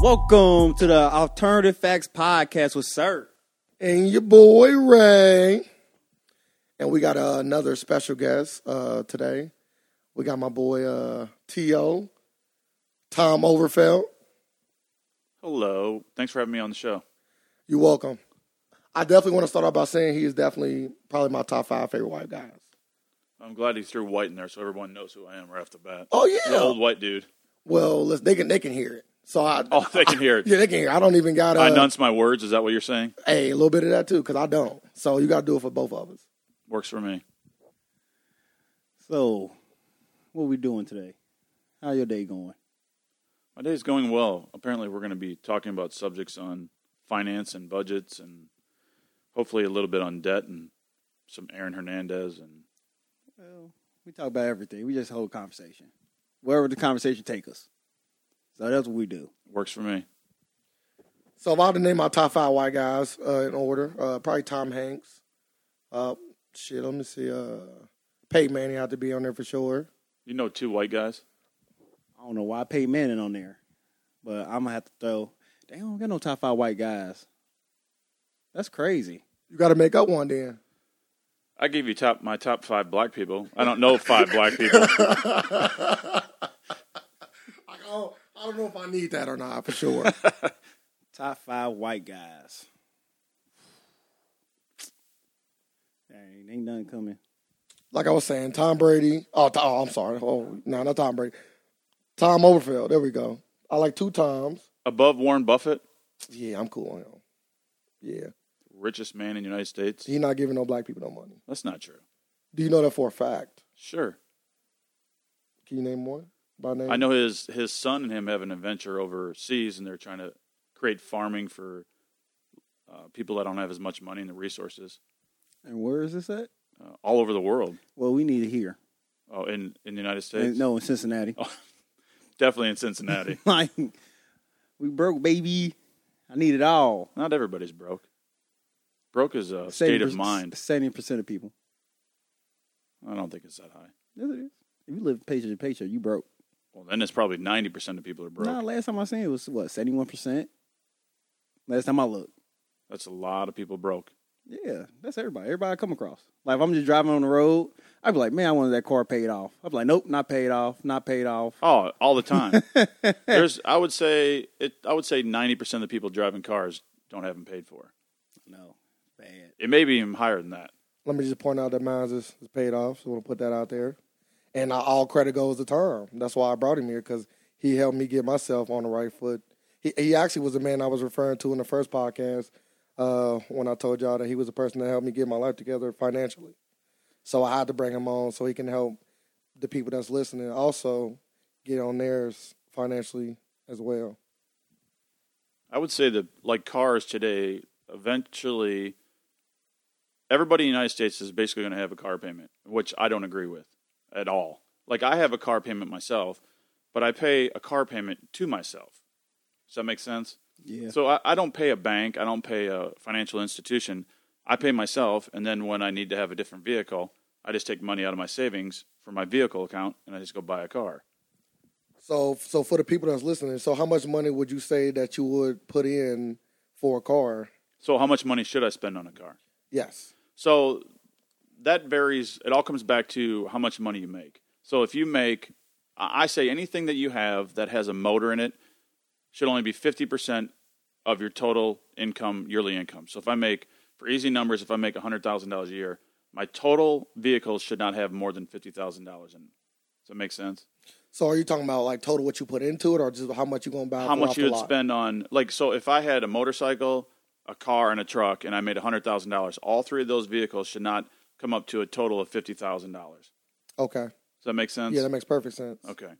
Welcome to the Alternative Facts Podcast with Sir. and your boy Ray. And we got uh, another special guest uh, today. We got my boy uh, T.O. Tom Overfeld. Hello. Thanks for having me on the show. You're welcome. I definitely want to start off by saying he is definitely probably my top five favorite white guys. I'm glad he threw white in there so everyone knows who I am right off the bat. Oh The yeah. old white dude. Well, let's, they can they can hear it. So I Oh, they can hear it. yeah they can hear. It. I don't even got I uh, nunce my words. Is that what you're saying? hey a little bit of that too because I don't. So you got to do it for both of us. Works for me. So, what we doing today? How your day going? My day's going well. Apparently, we're going to be talking about subjects on finance and budgets and hopefully a little bit on debt and some Aaron Hernandez. And Well, we talk about everything. We just hold conversation wherever the conversation take us. So that's what we do. works for me. So if I had to name my top five white guys uh, in order, uh, probably Tom Hanks. Uh, shit, let me see. Uh, Peyton Manning had to be on there for sure. You know, two white guys? I don't know why I paid Manning on there, but I'm gonna have to throw. They don't got no top five white guys. That's crazy. You got to make up one then. I gave you top my top five black people. I don't know five black people. I, don't, I don't know if I need that or not for sure. Top five white guys. Dang, ain't nothing coming. like I was saying, Tom Brady. Oh, Th- oh, I'm sorry. Oh, no, not Tom Brady. Tom Overfield. There we go. I like two Toms. Above Warren Buffett, Yeah, I'm cool on him. Yeah, richest man in the United States. he's not giving no black people no money. That's not true. Do you know that for a fact? Sure. Can you name one by name? I know his his son and him have an adventure overseas, and they're trying to create farming for uh, people that don't have as much money and the resources And where is this at? uh, all over the world. Well, we need it here. Oh, in in the United States, No, in Cincinnati. Oh, definitely in Cincinnati. like we broke, baby. I need it all. Not everybody's broke. Broke is a state of mind. Seventy percent of people. I don't think it's that high. Yes, it is. If you live paycheck to paycheck, you broke. Well, then it's probably ninety percent of people are broke. Nah, last time I seen it was what seventy one percent. Last time I looked, That's a lot of people broke. yeah, that's everybody. Everybody I come across. Like if I'm just driving on the road, I'd be like, man, I wanted that car paid off. I'd be like, nope, not paid off, not paid off. Oh, all the time. There's, I would say, it. I would say ninety percent of the people driving cars don't have them paid for. no, bad. It may be even higher than that. Let me just point out that mine is, is paid off. So I want to put that out there. And I, all credit goes to Tom. That's why I brought him here because he helped me get myself on the right foot. He, he actually was the man I was referring to in the first podcast uh, when I told y'all that he was the person that helped me get my life together financially. So I had to bring him on so he can help the people that's listening also get on theirs financially as well. I would say that like cars today, eventually everybody in the United States is basically going to have a car payment, which I don't agree with at all. Like I have a car payment myself, but I pay a car payment to myself. Does that make sense? Yeah, So I, I don't pay a bank, I don't pay a financial institution. I pay myself, and then when I need to have a different vehicle, I just take money out of my savings from my vehicle account and I just go buy a car. So, so for the people that's listening, so how much money would you say that you would put in for a car? So how much money should I spend on a car? Yes. So that varies. It all comes back to how much money you make. So if you make, I I say anything that you have that has a motor in it should only be 50% of your total income, yearly income. So if I make, for easy numbers, if I make $100,000 a year, my total vehicles should not have more than $50,000 in them. Does that make sense? So are you talking about like total what you put into it, or just how much you gonna buy? how for much off you the would lot? spend on like so if i had a motorcycle a car and a truck and i made $100000 all three of those vehicles should not come up to a total of $50000 does Okay, that make sense yeah, that makes perfect sense. okay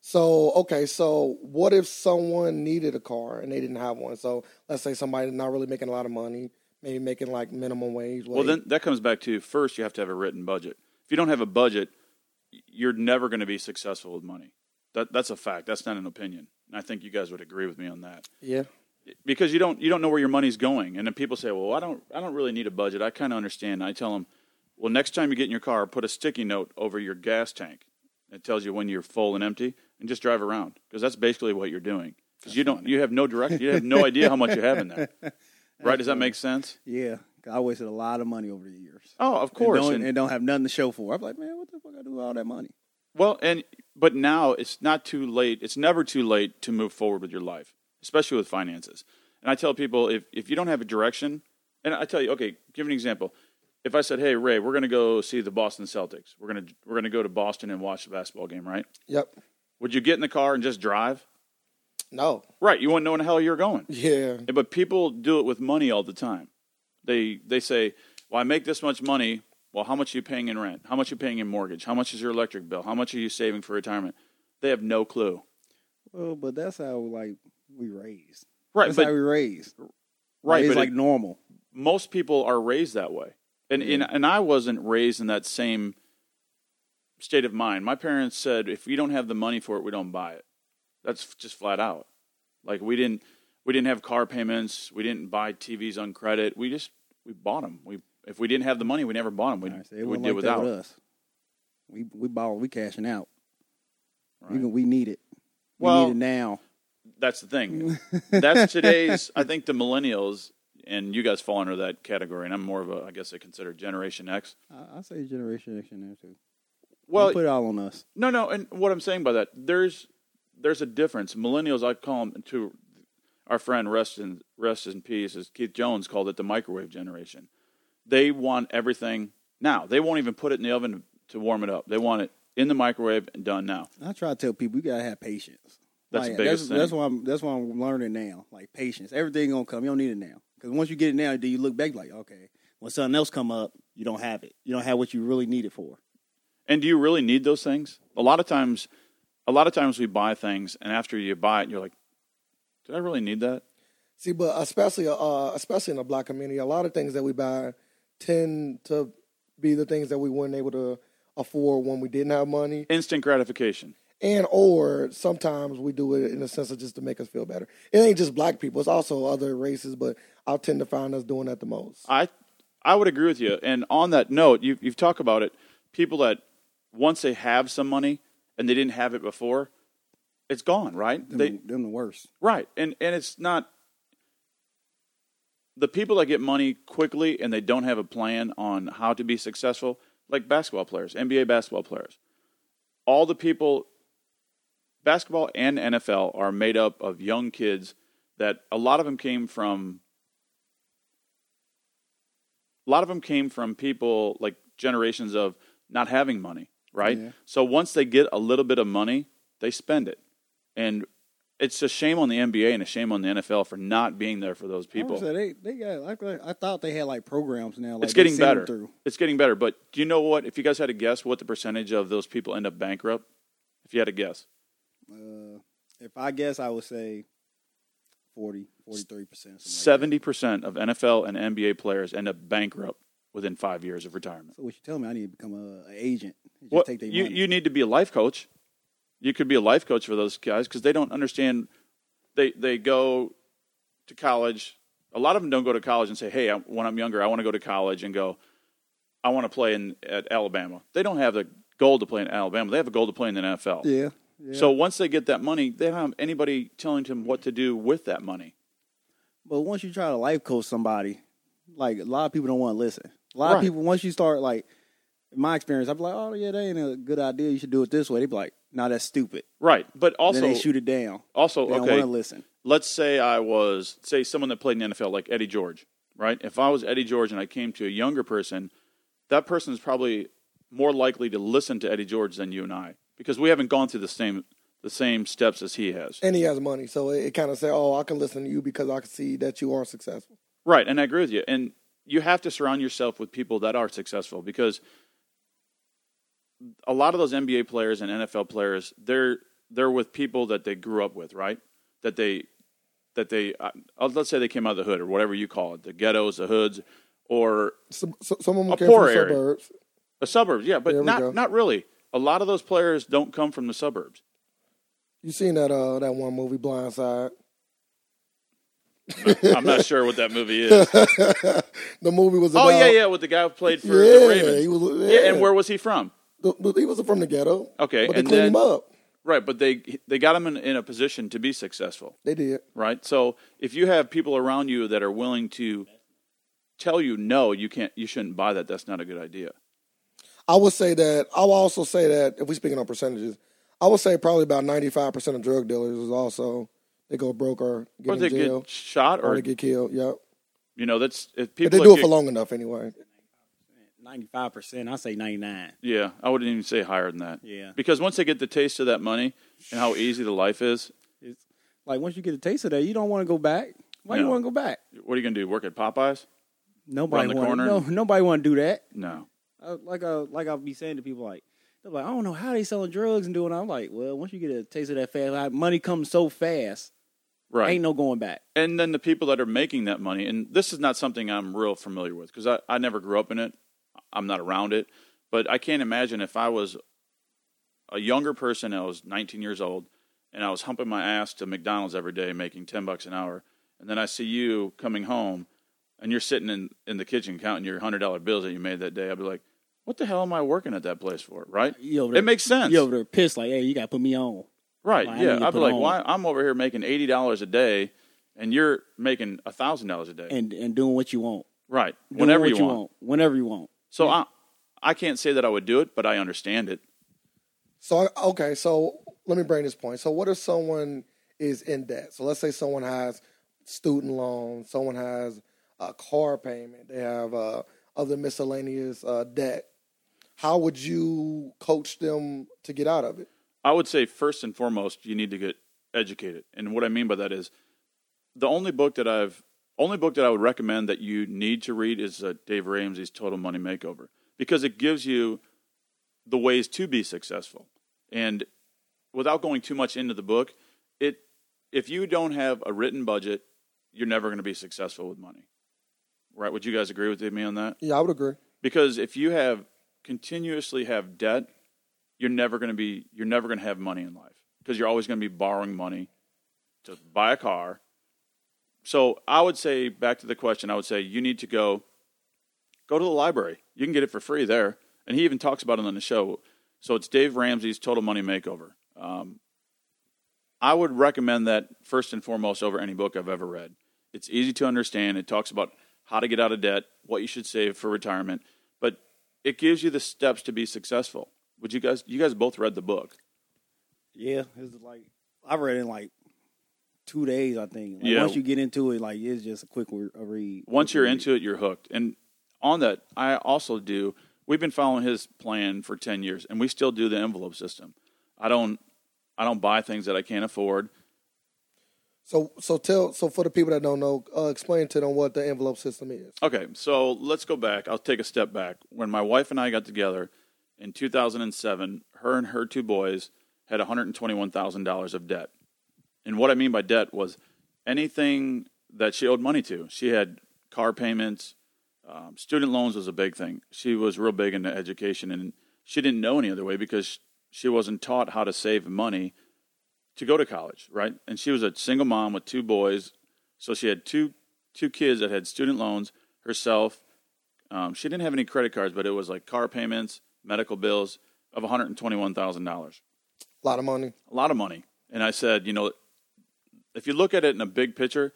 So okay, so what if someone needed a car and they didn't have one? So let's say somebody not really making a lot of money, maybe making like minimum wage. well wage. then that comes back to first you have to have a written budget if you don't have a budget y- you're never going to be successful with money that, that's a fact that's not an opinion and i think you guys would agree with me on that yeah, because you don't you don't know where your money's going and then people say well i don't i don't really need a budget i kind of understand and i tell them well next time you get in your car put a sticky note over your gas tank that tells you when you're full and empty and just drive around because that's basically what you're doing because you don't you have no direct you have no idea how much you have in there. Right? Does that make sense? Yeah, 'cause I wasted a lot of money over the years. Oh, of course. and don't, and- and don't have nothing to show for. it. I'm like, man, what the fuck I do with all that money? Well, and but now it's not too late. It's never too late to move forward with your life, especially with finances. And I tell people if if you don't have a direction, and I tell you, okay, give an example. If I said, "Hey Ray, we're going to go see the Boston Celtics. We're going to we're going to go to Boston and watch the basketball game," right? Yep. Would you get in the car and just drive? No. Right, you wouldn't know in the hell you're going. Yeah. Yeah, But people do it with money all the time. They they say, "Well, I make this much money. Well, how much are you paying in rent? How much are you paying in mortgage? How much is your electric bill? How much are you saving for retirement?" They have no clue. Well, but that's how like we raised. Right, That's but how we raised. right, it's but like it- normal. most people are raised that way, and and, Mm-hmm. and I wasn't raised in that same state of mind. My parents said, "If we don't have the money for it, we don't buy it." That's just flat out. Like we didn't we didn't have car payments. We didn't buy TVs on credit. We just we bought them. We if we didn't have the money, we never bought them. We All right, so it we wasn't did like that without. with us. We we ball we cashing out. Right. We, we need it. We Well- need it now. That's the thing. That's today's. I think the millennials and you guys fall under that category, and I'm more of a I guess I consider Generation X. I, I say Generation X in there too. Well, Don't put it all on us. No, no, and what I'm saying by that, there's there's a difference. Millennials, I call them to our friend rest in rest in peace, as Keith Jones called it, the microwave generation. They want everything now. They won't even put it in the oven to warm it up. They want it in the microwave and done now. I try to tell people you gotta have patience. That's the like, that's, biggest thing. That's why I'm that's why I'm learning now. Like patience, everything gonna come. You don't need it now because once you get it now, do you look back like okay? When something else come up, you don't have it. You don't have what you really need it for. And do you really need those things? A lot of times, a lot of times we buy things, and after you buy it, you're like, "Did I really need that?" See, but especially uh, especially in the black community, a lot of things that we buy tend to be the things that we weren't able to afford when we didn't have money, Instant gratification. and or sometimes we do it in a sense of just to make us feel better. It ain't just black people; it's also other races, but I'll tend to find us doing that the most. I I would agree with you. And on that note, you you've talked about it. People that once they have some money and they didn't have it before, it's gone, right? Them, They them the worst. right, and and it's not the people that get money quickly and they don't have a plan on how to be successful, like basketball players, NBA basketball players. All the people basketball and NFL are made up of young kids that a lot of them came from a lot of them came from people like generations of not having money, right? Yeah. So once they get a little bit of money, they spend it. And it's a shame on the NBA and a shame on the NFL for not being there for those people. So they they got. like, like, I thought they had like programs now. Like it's they getting send them better. Through. It's getting better. But do you know what? If you guys had to guess what the percentage of those people end up bankrupt, if you had to guess, Uh, if I guess, I would say 40, 43 percent. seventy percent of NFL and NBA players end up bankrupt within five years of retirement. So what you tell me? I need to become a, an agent. and Just What take their you money. you need to be a life coach. You could be a life coach for those guys because they don't understand. They they go to college. A lot of them don't go to college and say, "Hey, I, when I'm younger, I want to go to college and go. I want to play in at Alabama." They don't have the goal to play in Alabama. They have a goal to play in the NFL. yeah. yeah. So once they get that money, they don't have anybody telling them what to do with that money. But once you try to life coach somebody, like a lot of people don't want to listen. A lot Right. of people, once you start like, in my experience, I'd be like, oh yeah, that ain't a good idea. You should do it this way. They'd be like, no, that's stupid. Right. But also, then they shoot it down. also They don't okay. want to listen. Let's say I was say someone that played in the NFL, like Eddie George. Right. If I was Eddie George and I came to a younger person, that person is probably more likely to listen to Eddie George than you and I because we haven't gone through the same the same steps as he has. and he has money, so it, it kind of say, "Oh, I can listen to you because I can see that you are successful." Right, and I agree with you. And you have to surround yourself with people that are successful because a lot of those NBA players and NFL players, they're they're with people that they grew up with, right? That they that they uh, let's say they came out of the hood or whatever you call it, the ghettos, the hoods, or Some, some, some of A them came poor from area. suburbs. the suburbs. Yeah, but There we go. not not really. A lot of those players don't come from the suburbs. You seen that uh that one movie, Blindside? I'm not sure what that movie is. The movie was about oh yeah, yeah, with the guy who played for Yeah, the Ravens. he was- yeah, yeah. and where was he from? The, the- he was from the ghetto. Okay, but they cleaned and then- him up. Right, but they they got him in, in a position to be successful, They did. right? So if you have people around you that are willing to tell you no, you can't, you shouldn't buy that. That's not a good idea. I would say that I will also say that if we're speaking on percentages, I would say probably about ninety five percent of drug dealers is also they go broke or get Or in they jail get shot, or or they get killed. Yep. you know that's if If people they that do it get- for long enough anyway. Ninety five percent. I say ninety nine. Yeah, I wouldn't even say higher than that. Yeah. because once they get the taste of that money and how easy the life is, It's like once you get a taste of that, you don't want to go back. Why you No. want to go back? what are you going to do? Work at Popeyes? Nobody the want. corner. No, nobody want to do that. No. Uh, like uh, like I'll be saying to people like they're like I don't know how they selling drugs and doing. I'm like, well, once you get a taste of that fast, like, money comes so fast, Right. ain't no going back. and then the people that are making that money and this is not something i'm real familiar with because I, I never grew up in it i'm not around it but i can't imagine if i was a younger person i was 19 years old and i was humping my ass to mcdonald's every day making 10 bucks an hour and then i see you coming home and you're sitting in, in the kitchen counting your $100 bills that you made that day i'd be like what the hell am i working at that place for right You over there- it makes sense You over there pissed like, hey, you got to put me on. Right. Like, I need yeah. to I'd be put like, on. why I'm over here making eighty dollars a day, and you're making thousand dollars a day. and and doing what you want right. Doing Whenever what you, want. whenever you want So I, I can't say that I would do it, but I understand it. So I- okay, so let me bring this point. So what if someone is in debt? So let's say someone has student loans, someone has a car payment, they have uh, other miscellaneous uh, debt. How would you coach them to get out of it? I would say first and foremost, you need to get educated, and what I mean by that is the only book that I've only book that I would recommend that you need to read is uh, Dave Ramsey's Total Money Makeover because it gives you the ways to be successful. And without going too much into the book, it if you don't have a written budget, you're never going to be successful with money. Right? Would you guys agree with me on that? Yeah, I would agree. Because if you have continuously have debt, you're never going to be you're never going to have money in life because you're always going to be borrowing money to buy a car. So I would say back to the question, I would say you need to go go to the library. You can get it for free there, and he even talks about it on the show. So it's Dave Ramsey's Total Money Makeover. Um, I would recommend that first and foremost over any book I've ever read. It's easy to understand. It talks about how to get out of debt, what you should save for retirement, but it gives you the steps to be successful. Would you guys? You guys both read the book. yeah it's like i've read it in like two days i think like Yeah. once you get into it like it's just a quick re- a read once Quick you're read. into it, you're hooked. And on that, I also do. We've been following his plan for ten years, and we still do the envelope system. I don't, I don't buy things that I can't afford. So so tell so for the people that don't know, uh, explain to them what the envelope system is. Okay, so let's go back. I'll take a step back. When my wife and I got together in 2007, her and her two boys had $121,000 of debt. And what I mean by debt was anything that she owed money to. She had car payments, um, student loans was a big thing. She was real big into education, and she didn't know any other way because she wasn't taught how to save money to go to college, right? And she was a single mom with two boys, so she had two two kids that had student loans herself. Um, she didn't have any credit cards, but it was like car payments, medical bills of one hundred and twenty one thousand dollars, A lot of money. a lot of money. And I said, you know, if you look at it in a big picture,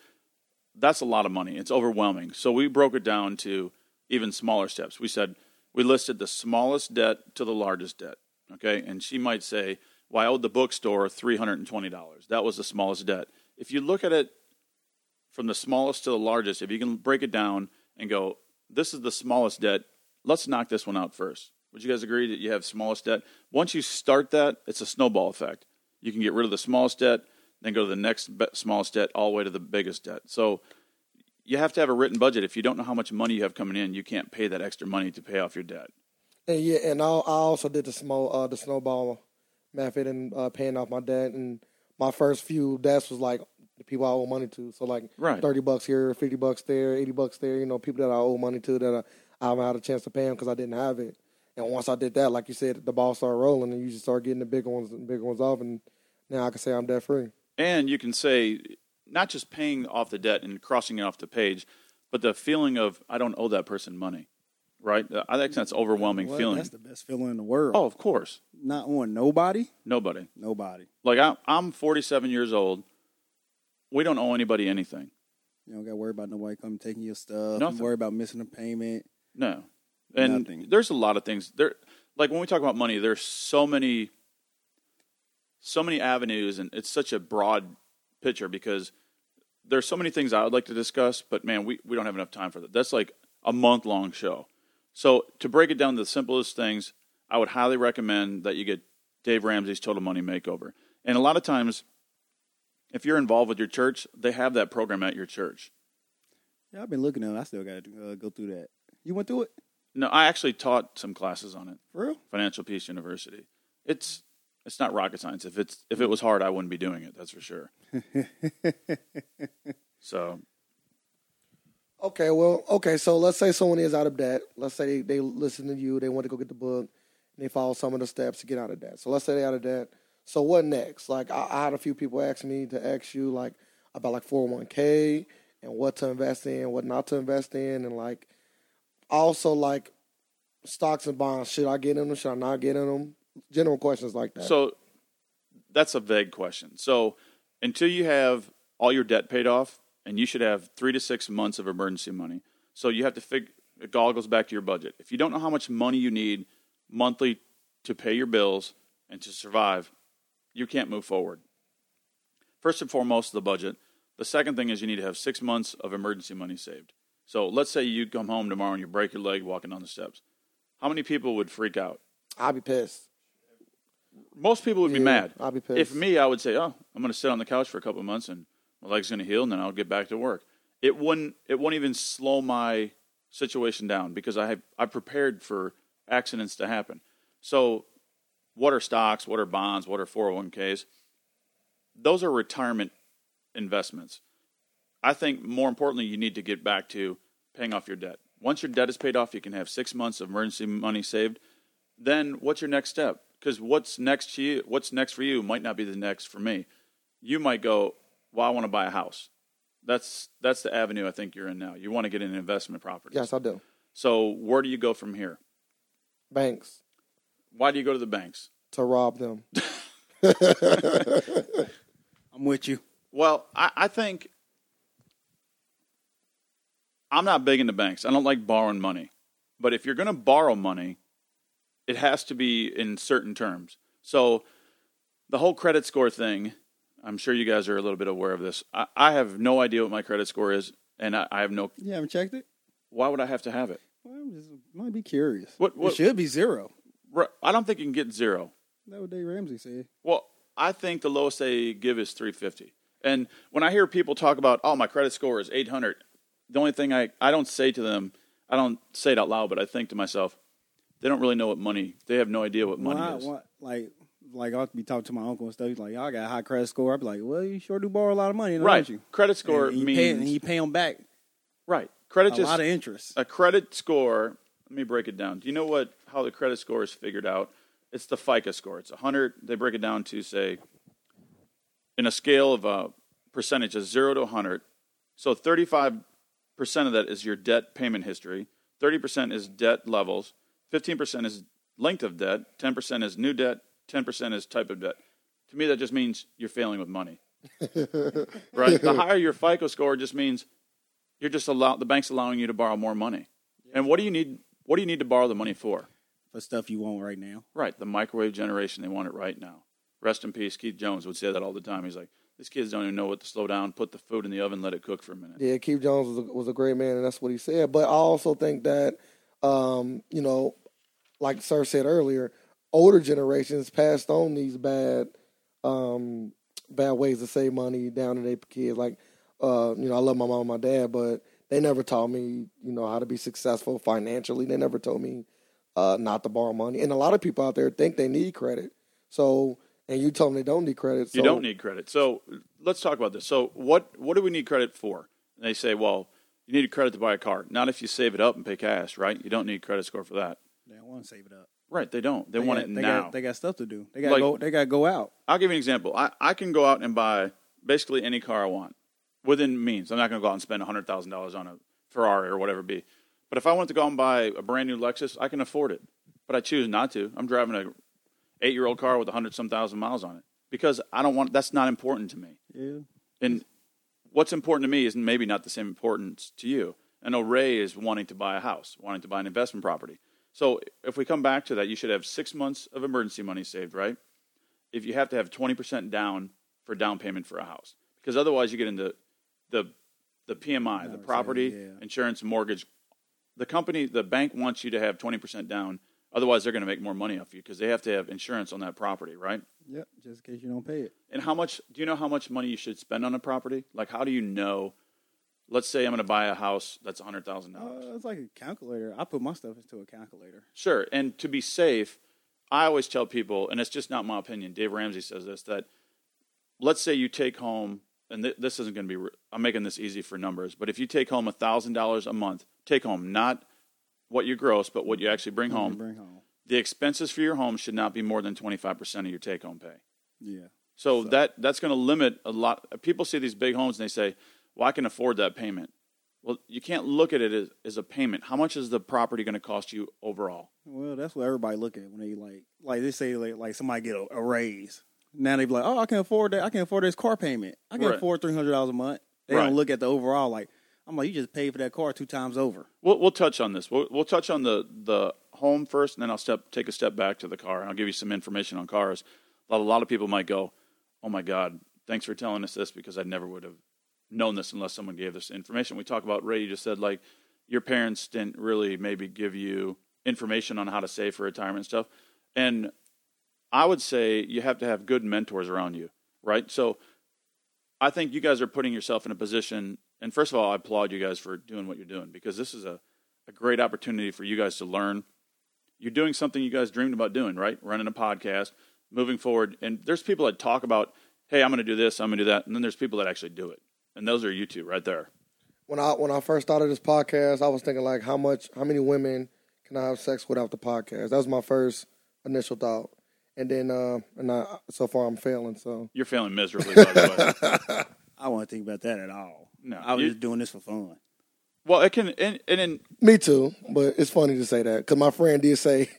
that's a lot of money. It's overwhelming. So we broke it down to even smaller steps. We said we listed the smallest debt to the largest debt. Okay, and she might say, "Well, I owed the bookstore three hundred and twenty dollars. That was the smallest debt." If you look at it from the smallest to the largest, if you can break it down and go, "This is the smallest debt. Let's knock this one out first. Would you guys agree that you have smallest debt? Once you start that, it's a snowball effect. You can get rid of the smallest debt, then go to the next be- smallest debt, all the way to the biggest debt. So you have to have a written budget. If you don't know how much money you have coming in, you can't pay that extra money to pay off your debt. And yeah, and I, I also did the small uh, the snowball method and uh, paying off my debt. And my first few debts was like the people I owe money to. So like Right. thirty bucks here, fifty bucks there, eighty bucks there. You know, people that I owe money to that I, I haven't had a chance to pay them because I didn't have it. And once I did that, like you said, the ball started rolling, and you just start getting the bigger ones, and bigger ones off. And now I can say I'm debt free. And you can say, not just paying off the debt and crossing it off the page, but the feeling of, I don't owe that person money. right? I think that's an overwhelming What? feeling. That's the best feeling in the world. oh, of course, Not on nobody, nobody. nobody. Like I, I'm 47 years old. We don't owe anybody anything. You don't got to worry about nobody coming taking your stuff. Don't Nothing. worry about missing a payment. No, and Nothing. there's a lot of things there. Like when we talk about money, there's so many, so many avenues, and it's such a broad picture because there's so many things I would like to discuss, but man, we, we don't have enough time for that. That's like a month long show. So to break it down to the simplest things, I would highly recommend that you get Dave Ramsey's Total Money Makeover. And a lot of times, if you're involved with your church, they have that program at your church. Yeah, I've been looking at it. I still got to uh, go through that. You went through it? No, I actually taught some classes on it. For real? Financial Peace University. It's it's not rocket science. If it's if it was hard, I wouldn't be doing it. That's for sure. so Okay, well, okay, so let's say someone is out of debt. Let's say they, they listen to you, they want to go get the book, and they follow some of the steps to get out of debt. So let's say they out of debt. So what next? Like I, I had a few people ask me to ask you like about like 401k and what to invest in, what not to invest in, and like also like stocks and bonds. Should I get in them? Should I not get in them? General questions like that. so that's a vague question. So until you have all your debt paid off, and you should have three to six months of emergency money. So you have to figure it all goes back to your budget. If you don't know how much money you need monthly to pay your bills and to survive, you can't move forward. First and foremost, the budget. The second thing is you need to have six months of emergency money saved. So let's say you come home tomorrow and you break your leg walking down the steps. How many people would freak out? I'd be pissed. Most people would be Yeah, mad. I'd be pissed. If me, I would say, "Oh, I'm going to sit on the couch for a couple of months and my leg's going to heal, and then I'll get back to work." It wouldn't. It won't even slow my situation down because I have I prepared for accidents to happen. So, what are stocks? What are bonds? What are 401ks? Those are retirement investments. I think more importantly, you need to get back to paying off your debt. Once your debt is paid off, you can have six months of emergency money saved. Then what's your next step? Because what's next to you, what's next for you might not be the next for me. You might go, well, I want to buy a house. That's that's the avenue I think you're in now. You want to get an investment property. Yes, I do. So where do you go from here? Banks Why do you go to the banks? to rob them. I'm with you. Well, I, I think I'm not big into banks. I don't like borrowing money. But if you're going to borrow money, it has to be in certain terms. So the whole credit score thing, I'm sure you guys are a little bit aware of this. I, I have no idea what my credit score is, and I, I have no. You haven't checked it? Why would I have to have it? Well, I'm just might be curious. What- what- It should be zero. Ru- I don't think you can get zero. That what Dave Ramsey said. Well, I think the lowest they give is 350. And when I hear people talk about, oh, my credit score is 800, the only thing I, I don't say to them, I don't say it out loud, but I think to myself, they don't really know what money, they have no idea what money Why- is. why- like, like I'll be talking to my uncle and stuff. He's like, "Y'all got a high credit score." I'll be like, "Well, you sure do borrow a lot of money, don't right. you?" Credit score and, and you means, pay, and you pay them back right. Credit a just, lot of interest. a credit score, let me break it down. Do you know what, how the credit score is figured out? It's the FICA score. It's 100. They break it down to, say, in a scale of uh, percentages, zero to 100. So 35% of that is your debt payment history, 30% is debt levels, 15% is length of debt, 10% is new debt, 10% is type of debt. To me, that just means you're failing with money. right? The higher your FICO score just means you're just allow the bank's allowing you to borrow more money. And what do you need? What do you need to borrow the money for? for stuff you want right now. Right, the microwave generation. They want it right now. Rest in peace, Keith Jones would say that all the time. He's like, these kids don't even know what to slow down. Put the food in the oven, let it cook for a minute. Yeah, Keith Jones was a, was a great man, and that's what he said. But I also think that, um, you know, like Sir said earlier, older generations passed on these bad, um, bad ways to save money down to their kids. Like, uh, you know, I love my mom and my dad, but they never taught me, you know, how to be successful financially. They never told me uh, not to borrow money. And a lot of people out there think they need credit. So, and you told them they don't need credit. So You don't need credit. So let's talk about this. So what what do we need credit for? And they say, well, you need credit to buy a car. Not if you save it up and pay cash, right? You don't need credit score for that. They don't want to save it up. Right? They don't. They, want got, it they now. Got, they got stuff to do. They got to Like- go. They got to go out. I'll give you an example. I, I can go out and buy basically any car I want within means. I'm not going to go out and spend $100,000 on a Ferrari or whatever it be. But if I wanted to go out and buy a brand new Lexus, I can afford it. But I choose not to. I'm driving a eight year old car with a hundred some thousand miles on it because I don't want. That's not important to me. Yeah. And what's important to me is maybe not the same importance to you. I know Ray is wanting to buy a house, wanting to buy an investment property. So if we come back to that, you should have six months of emergency money saved, right? If you have to have twenty percent down for down payment for a house, because otherwise you get into the the PMI, the exactly, property yeah. insurance, mortgage. The company, the bank wants you to have twenty percent down. Otherwise, they're going to make more money off you because they have to have insurance on that property, right? Yep. Just in case you don't pay it. And how much do you know how much money you should spend on a property? Like how do you know let's say I'm going to buy a house that's $100,000. Uh, it's like a calculator. I put my stuff into a calculator. Sure, and to be safe, I always tell people and it's just not my opinion. Dave Ramsey says this that let's say you take home and th- this isn't going to be re- I'm making this easy for numbers, but if you take home $1,000 a month, take home not what you gross, but what you actually bring and home. Bring home. The expenses for your home should not be more than 25% of your take home pay. Yeah. So, that that's going to limit a lot. People see these big homes and they say, "Well, I can afford that payment." Well, you can't look at it as, as a payment. How much is the property going to cost you overall? Well, that's what everybody look at when they like, like they say, like, like somebody get a, a raise. Now they be like, oh, I can afford that. I can afford this car payment. I can Right. afford three hundred dollars a month. They Right. don't look at the overall. Like, I'm like, you just paid for that car two times over. We'll we'll touch on this. We'll we'll touch on the the home first, and then I'll step take a step back to the car, and I'll give you some information on cars. A lot, a lot of people might go, "Oh my God, thanks for telling us this," because I never would have known this unless someone gave this information. We talk about Ray. You just said like your parents didn't really maybe give you information on how to save for retirement and stuff, and I would say you have to have good mentors around you, right? So I think you guys are putting yourself in a position. And first of all, I applaud you guys for doing what you're doing because this is a, a great opportunity for you guys to learn. You're doing something you guys dreamed about doing, right? Running a podcast, moving forward. And there's people that talk about, hey, I'm going to do this, I'm going to do that. And then there's people that actually do it. And those are you two right there. When I when I first started this podcast, I was thinking like, how much, how many women can I have sex without the podcast? That was my first initial thought, and then uh, and I so far I'm failing. So You're failing miserably, by the way. I don't want to think about that at all. No, I was you- just doing this for fun. Well, it can, and, and in, me too, but it's funny to say that because my friend did say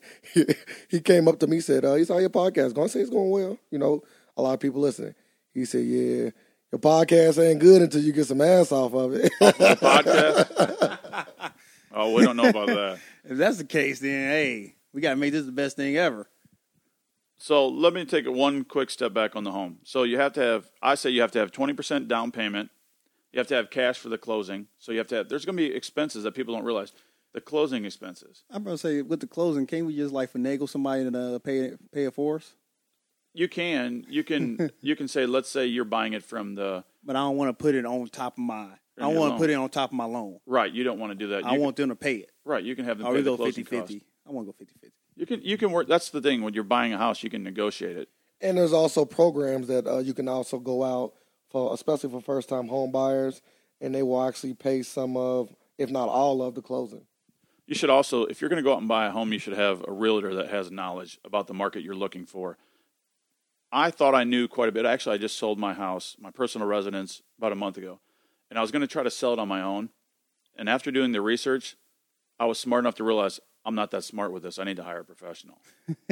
he came up to me said, uh, "He saw your podcast. Gonna say it's going well. You know, a lot of people listening." He said, "Yeah, your podcast ain't good until you get some ass off of it." the podcast. oh, we don't know about that. If that's the case, then hey, we gotta make this the best thing ever. So let me take one quick step back on the home. So you have to have, I say you have to have 20% down payment. You have to have cash for the closing. So you have to have, there's going to be expenses that people don't realize. The closing expenses. I'm gonna say with the closing, can't we just like finagle somebody and uh, pay it, pay it for us? You can, you can, you can say, let's say you're buying it from the, But I don't want to put it on top of my. I don't your want loan. to put it on top of my loan. right, you don't want to do that. You I want them to pay it. can, right, you can have them Or pay we the go closing 50 cost. 50. I want to go 50 50. You can, you can work, that's the thing. When you're buying a house, you can negotiate it. And there's also programs that uh, you can also go out for, especially for first time home buyers, and they will actually pay some of, if not all of, the closing. You should also, if you're going to go out and buy a home, you should have a realtor that has knowledge about the market you're looking for. I thought I knew quite a bit. Actually, I just sold my house, my personal residence, about a month ago, and I was going to try to sell it on my own. And after doing the research, I was smart enough to realize I'm not that smart with this. I need to hire a professional.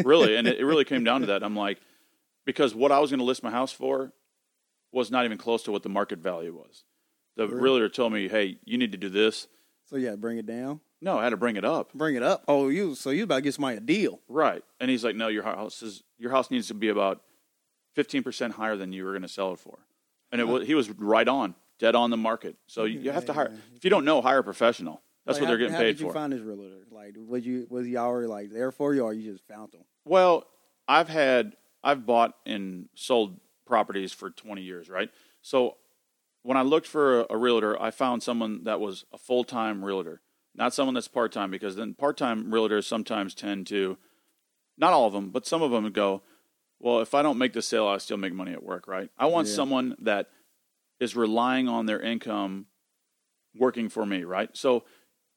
really, and it, it really came down to that. I'm like, because what I was going to list my house for was not even close to what the market value was. The realtor told me, "Hey, you need to do this." So, yeah, bring it down. No, I had to bring it up. Bring it up. Oh, you. So, you about to get somebody a deal. Right. And he's like, no, your house is your house needs to be about fifteen percent higher than you were going to sell it for. And it was, he was right on, dead on the market. So you, you have to hire. If you don't know, hire a professional. That's Like, what how- they're getting how paid did for. you find this realtor? Like, was, you, was he already like there for you or you just found him? Well, I've had I've bought and sold properties for 20 years, right? So when I looked for a, a realtor, I found someone that was a full-time realtor, not someone that's part-time because then part-time realtors sometimes tend to not all of them, but some of them go, "Well, if I don't make the sale, I still make money at work, right?" I want someone that is relying on their income working for me, right? So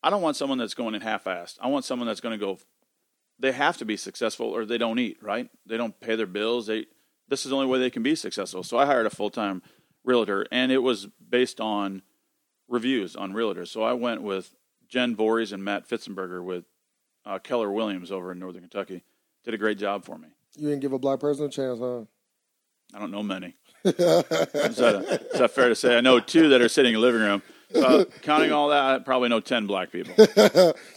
I don't want someone that's going in half-assed. I want someone that's going to go they have to be successful or they don't eat, right? They don't pay their bills. They this is the only way they can be successful. So I hired a full time realtor and it was based on reviews on realtors. So I went with Jen Voorhees and Matt Fitzenberger with uh, Keller Williams over in Northern Kentucky did a great job for me. You didn't give a black person a chance, huh? I don't know many. is, that, is that fair to say? I know two that are sitting in the living room. So, counting all that, I probably know 10 black people.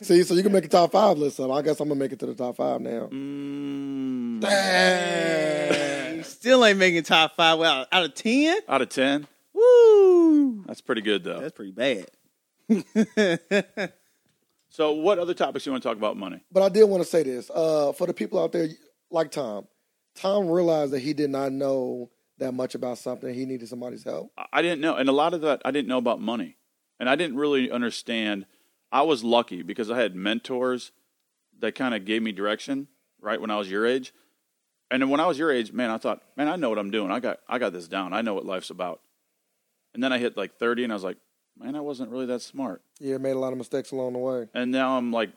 See, so you can make a top five list. So I guess I'm gonna make it to the top five now. Mm, You still ain't making top five out, out of ten. out of 10, Woo! that's pretty good, though. That's pretty bad. So, what other topics you want to talk about money? But I did want to say this uh, for the people out there like Tom. Tom realized that he did not know that much about something. He needed somebody's help. I- I didn't know. And a lot of that, I didn't know about money. And I didn't really understand. I was lucky because I had mentors that kind of gave me direction right when I was your age. And then when I was your age, man, I thought, man, I know what I'm doing. I got, I got this down. I know what life's about. And then I hit like 30 and I was like, man, I wasn't really that smart. Yeah, made a lot of mistakes along the way. And now I'm like,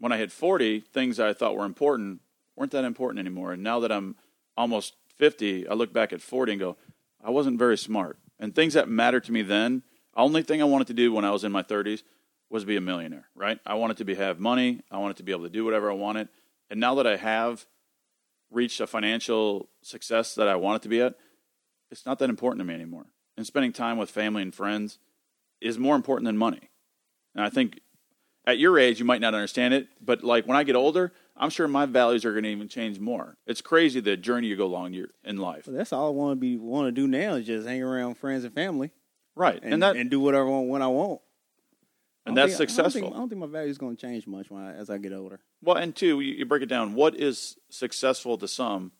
when I hit 40, things I thought were important weren't that important anymore. And now that I'm almost 50, I look back at 40 and go, I wasn't very smart. And things that mattered to me then, only thing I wanted to do when I was in my 30s was be a millionaire, right? I wanted to be have money, I wanted to be able to do whatever I wanted. And now that I have reached a financial success that I wanted to be at, it's not that important to me anymore. And spending time with family and friends is more important than money. And I think at your age, you might not understand it, but like when I get older, I'm sure my values are going to even change more. It's crazy the journey you go along your, in life, Well, that's all I want to be want to do now is just hang around friends and family right? and And, that and, and do whatever I want when I want. I don't think- I don't that's think- successful. I don't think my value's going to change much when I, as I get older. well, and two, you, you break it down. What is successful to some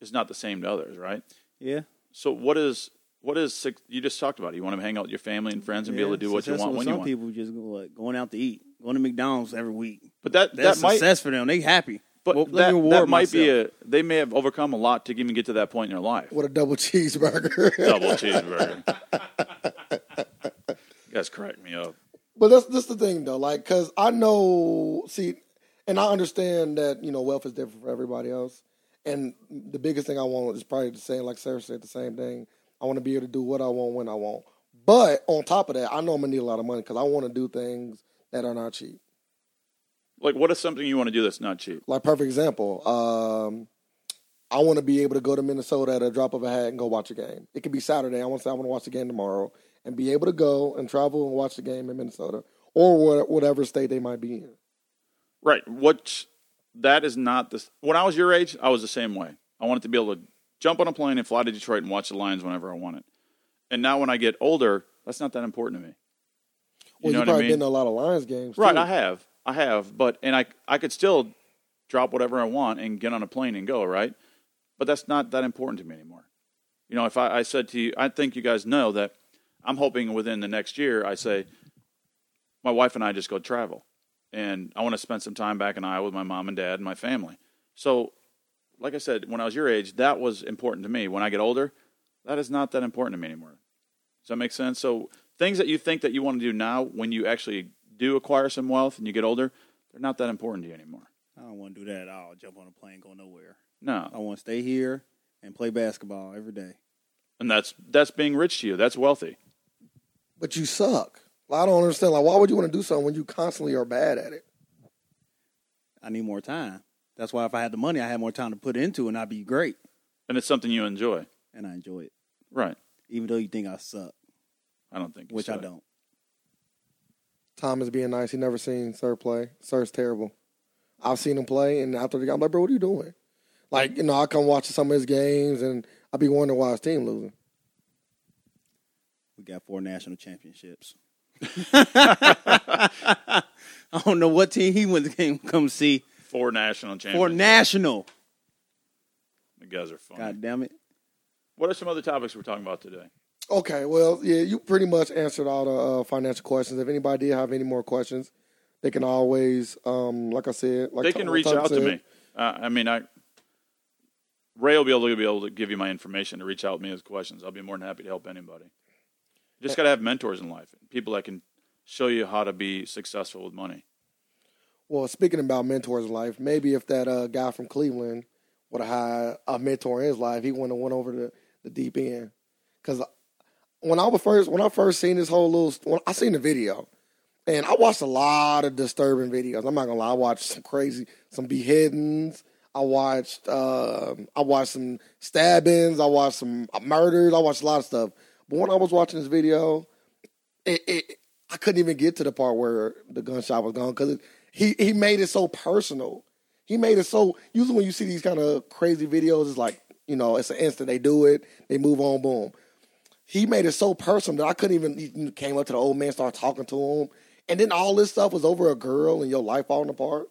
is not the same to others, right? Yeah, So what is what is suc- you just talked about? It. You want to hang out with your family and friends and be able to do what you Successful with want when some you want. people just go, like, going out to eat, going to McDonald's every week. but that That's that might success for them. They happy. but Well, let me that, reward that might be myself. a they may have overcome a lot to even get to that point in their life. With a double cheeseburger. Double cheeseburger. you guys crack me up. But that's that's the thing though, like, cause I know, see, and I understand that you know wealth is different for everybody else, and the biggest thing I want is probably the same, like Sarah said, the same thing. I want to be able to do what I want when I want. But on top of that, I know I'm gonna need a lot of money because I want to do things that are not cheap. Like, what is something you want to do that's not cheap? Like perfect example, um, I want to be able to go to Minnesota at a drop of a hat and go watch a game. It could be Saturday. I want to say I want to watch the game tomorrow and be able to go and travel and watch the game in Minnesota or wh- whatever state they might be in. Right. What? That is not the. When I was your age, I was the same way. I wanted to be able to jump on a plane and fly to Detroit and watch the Lions whenever I wanted. And now, when I get older, that's not that important to me. Well, know you've what I probably mean? been to a lot of Lions games, Right. too. I have. I have. But and I I could still drop whatever I want and get on a plane and go. Right. But that's not that important to me anymore. You know, if I, I said to you, I think you guys know that I'm hoping within the next year, I say, my wife and I just go travel. And I want to spend some time back in Iowa with my mom and dad and my family. So, like I said, when I was your age, that was important to me. When I get older, that is not that important to me anymore. Does that make sense? So, things that you think that you want to do now, when you actually do acquire some wealth and you get older, they're not that important to you anymore. I don't want to do that at all. Jump on a plane, go nowhere. I No, want to stay here and play basketball every day. and that's that's being rich to you. That's wealthy. But you suck. Like, I don't understand. Like, why would you want to do something when you constantly are bad at it? I need more time. That's why if I had the money, I had more time to put into, it and I'd be great. and it's something you enjoy, And I enjoy it, right? even though you think I suck, I don't think, you which I suck. don't. Tom is being nice. He never seen Sir play. Sir's terrible. I've seen him play, and after the game, I'm like, bro, what are you doing? Like, you know, I come watch some of his games, and I be wondering why his team losing. We got four national championships. I don't know what team he went to come see. Four national Four champions. national. you guys are funny. God damn it. What are some other topics we're talking about today? Okay, well, yeah, you pretty much answered all the uh, financial questions. If anybody did have any more questions, they can always, um, like I said, like they Tom- can reach Tom out to said, me. Uh, I mean, I Ray will be able to be able to give you my information to reach out to me with questions. I'll be more than happy to help anybody. You Uh, just got to have mentors in life, people that can show you how to be successful with money. Well, speaking about mentors in life, maybe if that uh, guy from Cleveland would have had a mentor in his life, he wouldn't have went over the, the deep end. Because when I was first when I first seen this whole little, when I seen the video, And I watched a lot of disturbing videos. I'm not gonna lie, I watched some crazy, some beheadings. I watched, um I watched some stabbings. I watched some murders. I watched a lot of stuff. But when I was watching this video, it, it I couldn't even get to the part where the gunshot was gone because he he made it so personal. He made it so usually when you see these kind of crazy videos, it's like you know it's an instant they do it, they move on, boom. He made it so personal that I couldn't even. He came up to the old man, started talking to him, and then all this stuff was over a girl and your life falling apart.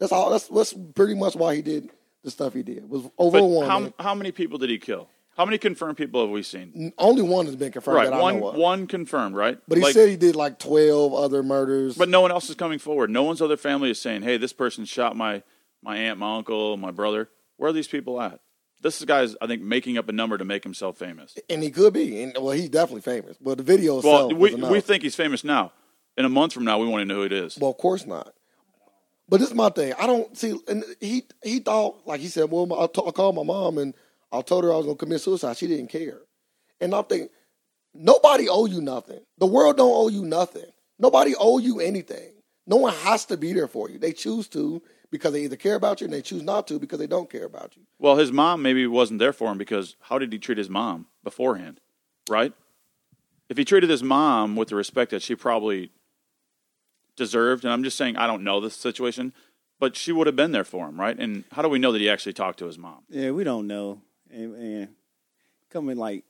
That's all. That's that's pretty much why he did the stuff he did was over But a woman. how, how many people did he kill? How many confirmed people have we seen? Only one has been confirmed Right, that I one know of. one confirmed, right? But he Like, said he did like twelve other murders. But no one else is coming forward. No one's other family is saying, "Hey, this person shot my my aunt, my uncle, my brother." Where are these people at? This guy's, I think, making up a number to make himself famous. and he could be. And well, he's definitely famous. But the video Well, itself, we, is enough. we think he's famous now. In a month from now, we want to know who it is. well, of course not. But this is my thing. I don't see. And he he thought like he said, well, I, t- I called my mom and I told her I was gonna commit suicide. She didn't care. And I'm thinking, nobody owe you nothing. The world don't owe you nothing. Nobody owe you anything. No one has to be there for you. They choose to because they either care about you and they choose not to because they don't care about you. Well, his mom maybe wasn't there for him because how did he treat his mom beforehand, right? If he treated his mom with the respect that she probably deserved, and I'm just saying I don't know this situation, but she would have been there for him, right? And how do we know that he actually talked to his mom? Yeah, we don't know. And, and coming like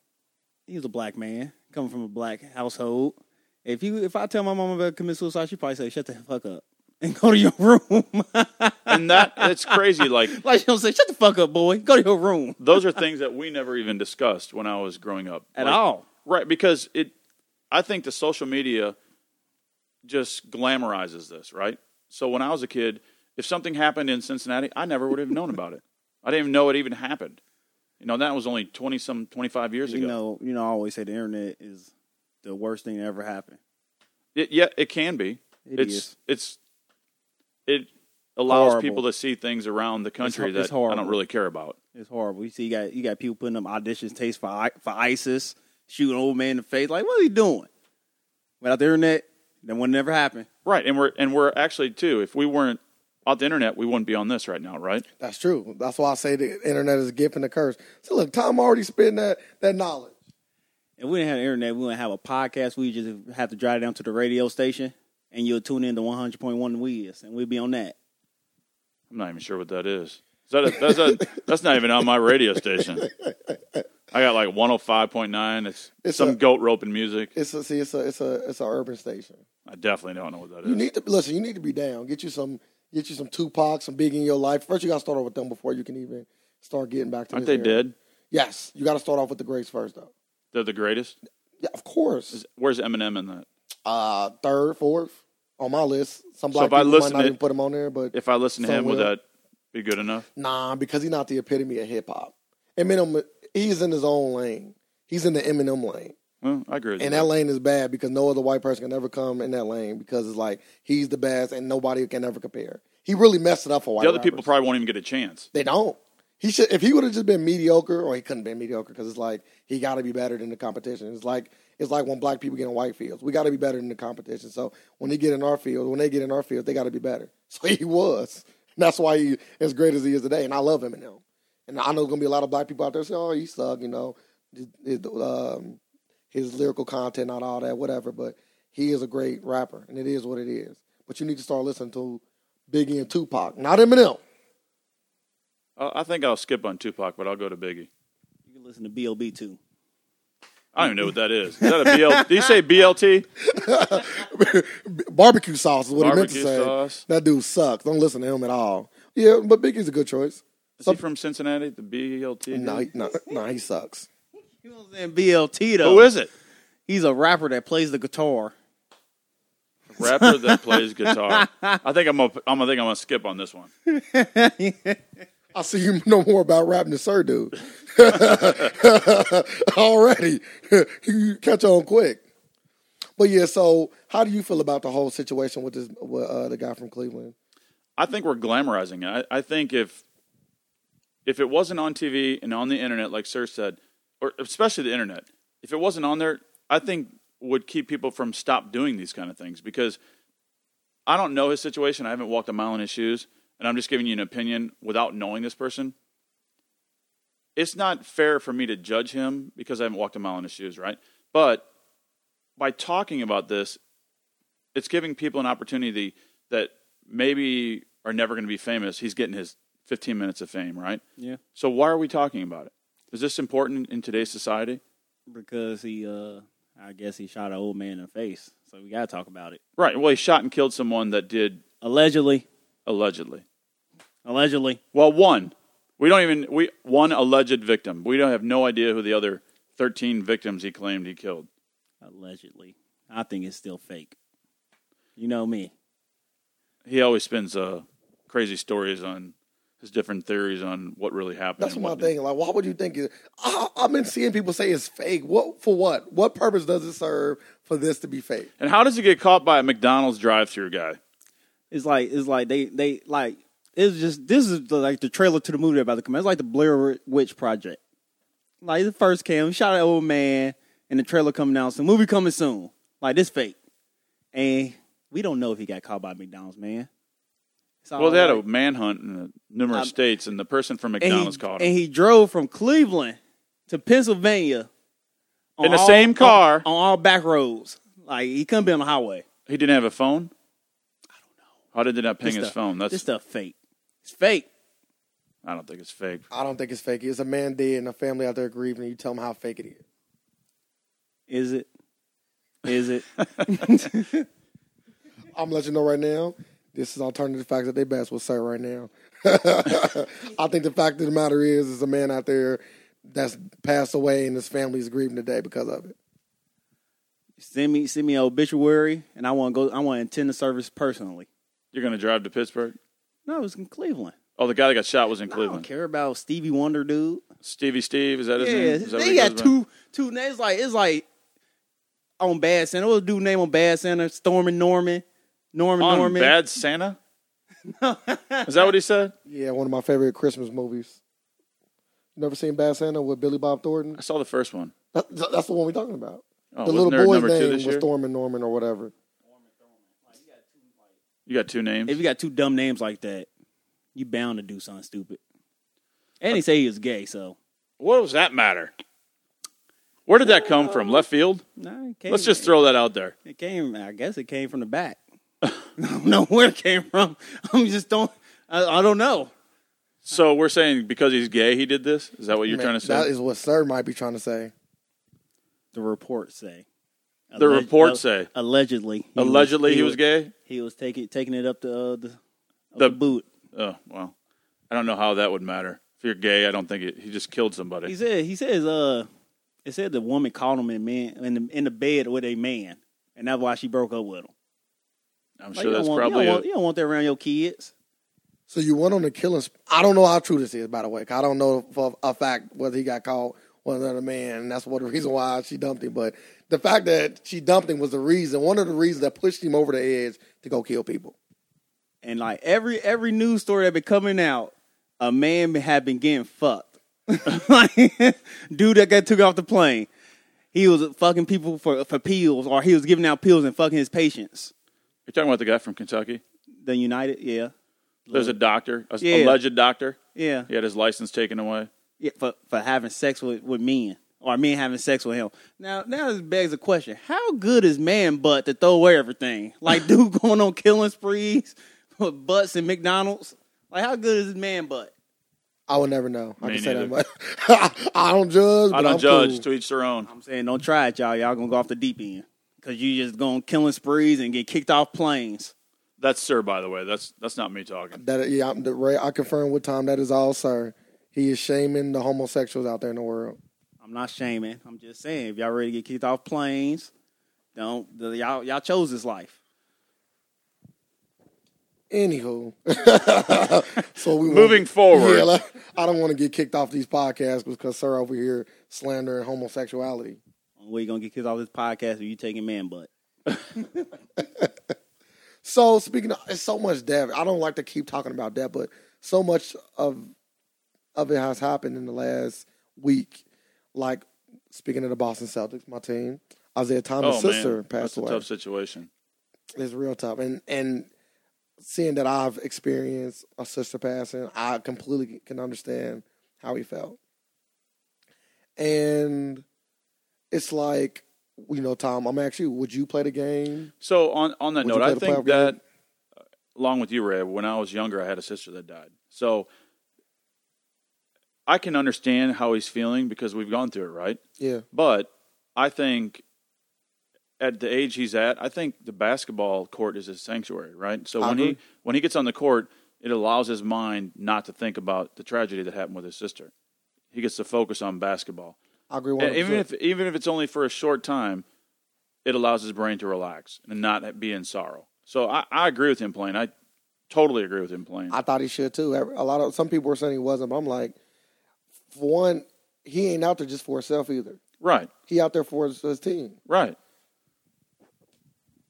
he was a black man coming from a black household. If you if I tell my mom about commit suicide, she probably say shut the fuck up and go to your room. And that it's crazy. Like like she'll say shut the fuck up, boy, go to your room those are things that we never even discussed when I was growing up at Like, all. Right, because it I think the social media just glamorizes this, right? So when I was a kid, if something happened in Cincinnati, I never would have known about it. I didn't even know it even happened. You know, that was only 20 some 25 years You ago. know, you know. I always say the internet is the worst thing that ever happened. It, yeah, it can be. It it's is. it's it allows Horrible. people to see things around the country it's that I horrible. don't really care about. It's horrible. You see, you got you got people putting them auditions tapes for I- for ISIS, shooting old man in the face. Like, what are you doing? Without the internet, that would never happen. Right, and we're and we're actually too. If we weren't on the internet, we wouldn't be on this right now, right? That's true. That's why I say the internet is a gift and a curse. So look, Tom already spent that that knowledge. If we didn't have the internet, we wouldn't have a podcast. We just have to drive down to the radio station, and you'll tune in to one hundred point one Wiz, and we'll be on that. I'm not even sure what that is. Is that a, that's a, that's not even on my radio station. I got like 105.9. It's, It's some a- goat roping music. It's a see, it's a it's a it's a urban station. I definitely don't know what that You is. need to listen. You need to be down. Get you some get you some Tupac, some Big in your life. First, you got to start off with them before you can even start getting back to. Aren't this they era. dead? Yes, you got to start off with the greats first, though. They're the greatest. Yeah, of course. Is- Where's Eminem in that? Uh, third, fourth on my list. Some black if I people might listen not to- even put him on there, but If I listen to him, would Somewhere. that be good enough? Nah, because he's not the epitome of hip hop. Eminem, he's in his own lane. He's in the Eminem lane. Well, I agree with And you. that lane is bad because no other white person can ever come in that lane because it's like he's the best and nobody can ever compare. He really messed it up for white. The other rappers. people probably won't even get a chance. they don't. He should if he would have just been mediocre, or he couldn't been mediocre because it's like he got to be better than the competition. It's like it's like when black people get in white fields, we got to be better than the competition. So when they get in our field, when they get in our field, they got to be better. So he was. And that's why he as great as he is today, and I love Eminem. And I know there's gonna be a lot of black people out there say, "Oh, he suck," you know, his, his, um, his lyrical content, not all that, whatever. But he is a great rapper, and it is what it is. But you need to start listening to Biggie and Tupac, not Eminem. I I think I'll skip on Tupac, but I'll go to Biggie. You can listen to B.O.B. too. I don't even know what that is. Is that a BL? Do you say BLT? barbecue sauce is what he Barbecue meant to say. sauce. That dude sucks. Don't listen to him at all. Yeah, but Biggie's a good choice. Is he from Cincinnati? The BLT? No, he, no, no, he sucks. You know what I'm saying? B.L.T. though. Who is it? He's a rapper that plays the guitar. rapper that plays guitar. I think I'm gonna, I'm gonna think I'm gonna skip on this one. I see you know more about rap than Sir dude. Already, you catch on quick. But yeah, so how do you feel about the whole situation with this with, uh, the guy from Cleveland? I think we're glamorizing it. I, I think if if it wasn't on TV and on the internet, like Sir said, or especially the internet, if it wasn't on there, I think would keep people from stop doing these kind of things because I don't know his situation. I haven't walked a mile in his shoes, and I'm just giving you an opinion without knowing this person. It's not fair for me to judge him because I haven't walked a mile in his shoes, right? But by talking about this, it's giving people an opportunity that maybe are never going to be famous. He's getting his 15 minutes of fame, right? Yeah. So why are we talking about it? Is this important in today's society? because he, uh, I guess he shot an old man in the face. So we gotta talk about it. Right. Well, he shot and killed someone that did Allegedly, allegedly. allegedly, Well, one. We don't even we one alleged victim. We don't have no idea who the other 13 victims he claimed he killed. allegedly. I think it's still fake. You know me. He always spins uh, crazy stories on his different theories on what really happened. That's and my what didn't. thing. Like, why would you think it? I, I've been seeing people say it's fake. What for? What? What purpose does it serve for this to be fake? And how does he get caught by a McDonald's drive-through guy? It's like it's like they they like it's just this is the, like the trailer to the movie they're about to come. out. It's like the Blair Witch Project. Like the first cam shot an old man, and the trailer coming out soon. Movie coming soon. Like this fake, and we don't know if he got caught by McDonald's man. It's all Well, they had like- a manhunt in uh, numerous Um, states, and the person from and McDonald's he, caught and him. he drove from Cleveland to Pennsylvania on In the same car. on, on all back roads. Like he couldn't be on the highway. He, didn't have a phone. I don't know. How did they not ping This his stuff- phone? This That's stuff fake. It's fake. I don't think it's fake. I don't think it's fake. It's a man dead and a family out there grieving. And you tell them how fake it Is is. it? Is it? I'm gonna let you know right now. This is alternative facts that they best will say right now. I think the fact of the matter is, is a man out there that's passed away and his family is grieving today because of it. send me send me an obituary, and I want to go. I want to attend the service personally. You're going to drive to Pittsburgh? No, it was in Cleveland. Oh, the guy that got shot was in I don't Cleveland. care about Stevie Wonder, dude. Stevie Steve, is that his name? Is that yeah, what they he goes got by? two two names. It's Like it's like on Bad Center. It was a dude named on Bad Center, Stormin Norman, Norman on Norman. Bad Santa? Is that what he said? Yeah, one of my favorite Christmas movies. Never seen Bad Santa with Billy Bob Thornton? I saw the first one. That, that's the one we're talking about. Oh, the wasn't little there boy's number two name this was year? Thorman Norman or whatever. You got two names. If you got two dumb names like that, you bound to do something stupid. And he say he was gay, so What does that matter? Where did that come from? Left field? nah, it came, Let's just throw that out there. it came. I guess it came from the back. I don't know where it came from. I'm just don't. I, I don't know. So we're saying because he's gay, he did this. Is that what you're Man, trying to That say? is what Sir might be trying to say. The reports say. The reports say. allegedly. he was- Allegedly, he was, gay. He was taking taking it up to uh, the, up The- the boot. Oh well, I don't know how that would matter. If you're gay, I don't think it, he just killed somebody. He said he says uh, it said the woman caught him in man in the in the bed with a man, and that's why she broke up with him. I'm Like, sure you don't that's want- you don't probably want- a, you don't want that around your kids. So you went on a killing. Sp- I don't know how true this is, by the way. 'cause I don't know for a fact whether he got caught with another man, and that's one of the reason why she dumped him. But the fact that she dumped him was the reason, one of the reasons that pushed him over the edge to go kill people. and like every every news story that been coming out, a man had been getting fucked. like dude that got took off the plane, he was fucking people for for pills, or he was giving out pills and fucking his patients. You're talking about the guy from Kentucky. The United, yeah, There's a doctor, a Yeah. alleged doctor. yeah, He had his license taken away. yeah, for for having sex with with men or men having sex with him. Now now this begs a question: How good is man butt to throw away everything? Like dude going on killing sprees with butts and McDonald's. Like how good is his man butt? I will never know. I Me can say that neither. much. I don't judge. But I don't am judge. Cool. To each their own. I'm saying don't try it, y'all. Y'all gonna go off the deep end because you just gonna killing sprees and get kicked off planes. That's sir, by the way. That's that's not me talking. That yeah, I'm, the, Ray, I confirm with Tom. That is all, sir. He is shaming the homosexuals out there in the world. I'm not shaming. I'm just saying if y'all ready to get kicked off planes, don't the- y'all y'all chose this life. Anywho, so we Moving forward. Yeah, like, I don't want to get kicked off these podcasts because sir over here slandering homosexuality. Only way you gonna get kicked off this podcast if you taking man butt. So speaking of, it's so much death. I don't like to keep talking about that, but so much of of it has happened in the last week. Like speaking of the Boston Celtics, my team, Isaiah Thomas' oh sister man, passed that's away. a tough situation. It's real tough. And and seeing that I've experienced a sister passing, I completely can understand how he felt. And it's like, you know, Tom, I'm actually, would you play the game? So on on that Would you note, play I the think playoff that uh, along with you, Ray, when I was younger, I had a sister that died. So I can understand how he's feeling because we've gone through it, right? Yeah. But I think at the age he's at, I think the basketball court is his sanctuary, right? So I when he agree. when he gets on the court, it allows his mind not to think about the tragedy that happened with his sister. He gets to focus on basketball. I agree And 100%. even if even if it's only for a short time, it allows his brain to relax and not be in sorrow. So I, I agree with him playing. I totally agree with him playing. I thought he should too. Every- A lot of some people were saying he wasn't, but I'm like, for one, he ain't out there just for himself either. right, He out there for his, his team. right.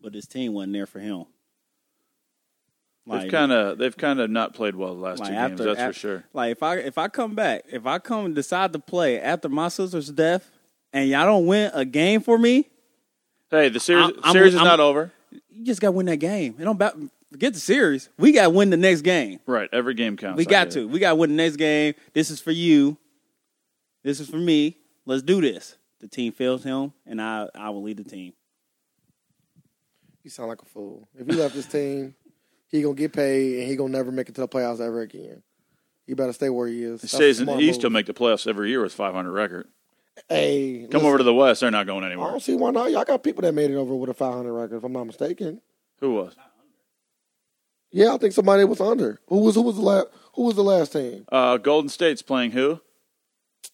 But his team wasn't there for him. they've kind of they've kind of not played well the last two games. That's af- for sure. Like if I if I come back, if I come and decide to play after my sister's death, and y'all don't win a game for me, Hey, the series I'm- I'm- series is I'm- not over. you just got to win that game. It don't ba- forget the series. We got to win the next game. Right, every game counts. We I got get it. to. We got to win the next game. This is for you. This is for me. Let's do this. The team fails him, and I I will lead the team. You sound like a fool. If he left his team, he gonna get paid and he gonna never make it to the playoffs ever again. You better stay where he is. He That's stays a in the smart East. He'll move. make the playoffs every year with 500 record. Hey, Come over to the West. They're not going I anywhere. don't see why not. Y'all got people that made it over with a 500 record, if I'm not mistaken. Who was? Yeah, I think somebody was under. Who was who was the last who was the last team? Uh, Golden State's playing who?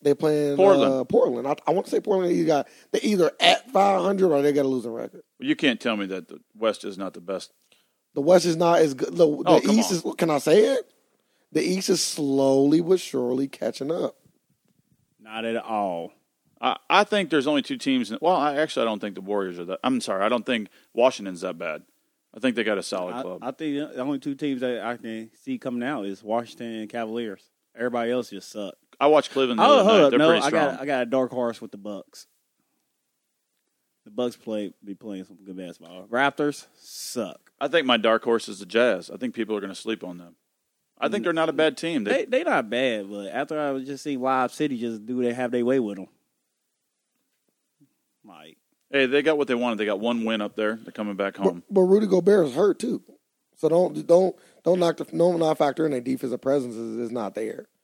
They playing Portland. Uh, Portland. I, I want to say Portland. You got they either at 500 or they got a losing record. You can't tell me that the West is not the best. The West is not as good. The, the Oh, come East on. is. Can I say it? The East is slowly but surely catching up. Not at all. I, I think there's only two teams. In, well, I actually I don't think the Warriors are that. I'm sorry, I don't think Washington's that bad. I think they got a solid I, club. I think the only two teams that I can see coming out is Washington and Cavaliers. Everybody else just suck. I watched Cleveland. The Oh, other hold night. up! They're No, pretty I strong. got I got a dark horse with the Bucks. The Bucks play be playing some good basketball. Raptors suck. I think my dark horse is the Jazz. I think people are going to sleep on them. I think they're not a bad team. They, They they not bad, but after I was just seeing Live City just do they have their way with them. Like hey, they got what they wanted. They got one win up there. They're coming back But, home. but Rudy Gobert is hurt too, so don't don't don't knock the don't not factor in their defensive presence is, is not there.